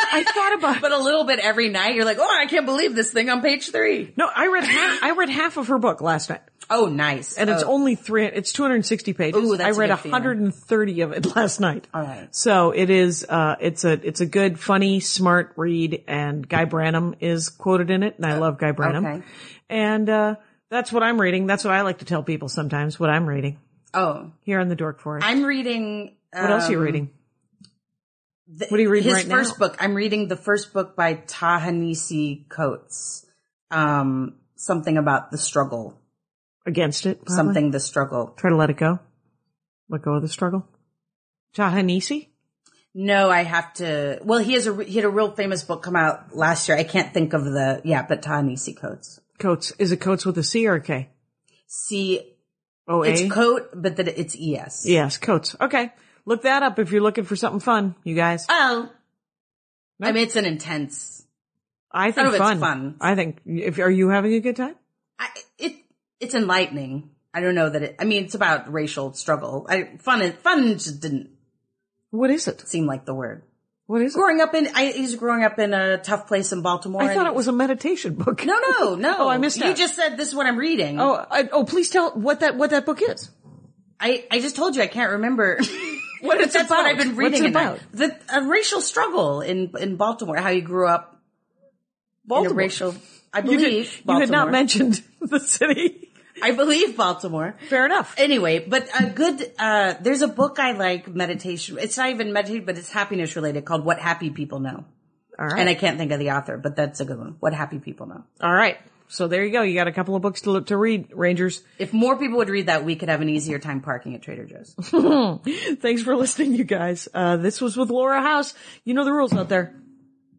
Speaker 3: I thought about
Speaker 5: but a little bit every night. You're like, oh, I can't believe this thing on page three.
Speaker 3: No, I read half, I read half of her book last night,
Speaker 5: Oh, nice.
Speaker 3: and it's
Speaker 5: Oh,
Speaker 3: only three. It's 260 pages.
Speaker 5: Ooh, that's
Speaker 3: I
Speaker 5: a
Speaker 3: read
Speaker 5: good feeling.
Speaker 3: 130 of it last night.
Speaker 5: All right.
Speaker 3: So it is. Uh, it's a it's a good, funny, smart read, and Guy Branum is quoted in it, and I love Guy Branum.
Speaker 5: okay.
Speaker 3: And uh, that's what I'm reading. That's what I like to tell people sometimes. What I'm reading
Speaker 5: oh,
Speaker 3: here in the Dork Forest.
Speaker 5: I'm reading. Um,
Speaker 3: what else are you reading?
Speaker 5: the-
Speaker 3: What are you reading
Speaker 5: His
Speaker 3: right now?
Speaker 5: first book. I'm reading the first book by Tahanisi Coates. Um, something about the struggle.
Speaker 3: Against it? probably?
Speaker 5: Something the struggle.
Speaker 3: Try to let it go. Let go of the struggle. Tahanisi.
Speaker 5: No, I have to. Well, he has a re- he had a real famous book come out last year. I can't think of the yeah, but Tahanisi Coates.
Speaker 3: Coats. Is it Coats with a C or a K?
Speaker 5: See,
Speaker 3: Oh,
Speaker 5: it's
Speaker 3: A? E
Speaker 5: coat, but that it's E es.
Speaker 3: Yes, Coats. Okay. Look that up if you're looking for something fun, you guys.
Speaker 5: Oh, I mean, it's an intense.
Speaker 3: I think
Speaker 5: oh, it's
Speaker 3: fun.
Speaker 5: fun.
Speaker 3: I think, if, are you having a good time?
Speaker 5: I, it it's enlightening. I don't know that it. I mean, it's about racial struggle. I fun. is- Fun just didn't
Speaker 3: What is it?
Speaker 5: seem like the word.
Speaker 3: What is it?
Speaker 5: Growing up in, I, he's growing up in a tough place in Baltimore.
Speaker 3: I
Speaker 5: and-
Speaker 3: thought it was a meditation book.
Speaker 5: No, no, no.
Speaker 3: Oh, I missed
Speaker 5: You
Speaker 3: that.
Speaker 5: just said this is what I'm reading.
Speaker 3: Oh, I, oh, please tell what that, what that book is.
Speaker 5: I, I just told you I can't remember what it's That's
Speaker 3: about.
Speaker 5: What I've been reading
Speaker 3: What's it
Speaker 5: and I- The a racial struggle in in Baltimore. How you grew up in a
Speaker 3: Baltimore.
Speaker 5: racial. I
Speaker 3: You,
Speaker 5: believe
Speaker 3: did, you
Speaker 5: Baltimore.
Speaker 3: had not mentioned the city.
Speaker 5: I believe Baltimore.
Speaker 3: Fair enough.
Speaker 5: Anyway, but a good uh there's a book I like meditation. It's not even meditation, but it's happiness related called What Happy People Know.
Speaker 3: All right.
Speaker 5: And I can't think of the author, but that's a good one. What Happy People Know.
Speaker 3: All right. So there you go. You got a couple of books to look to read, Rangers.
Speaker 5: If more people would read that, we could have an easier time parking at Trader Joe's.
Speaker 3: Thanks for listening, you guys. Uh, this was with Laura House. You know the rules out there.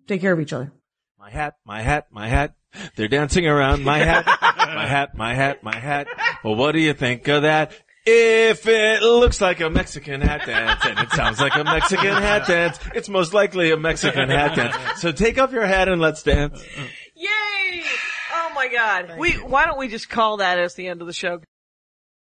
Speaker 3: Take care of each other.
Speaker 6: My hat, my hat, my hat. They're dancing around my hat, my hat, my hat, my hat. Well, what do you think of that? If it looks like a Mexican hat dance and it sounds like a Mexican hat dance, it's most likely a Mexican hat dance. So take off your hat and let's dance.
Speaker 3: Yay! Oh my God. we why don't we just call that as the end of the show?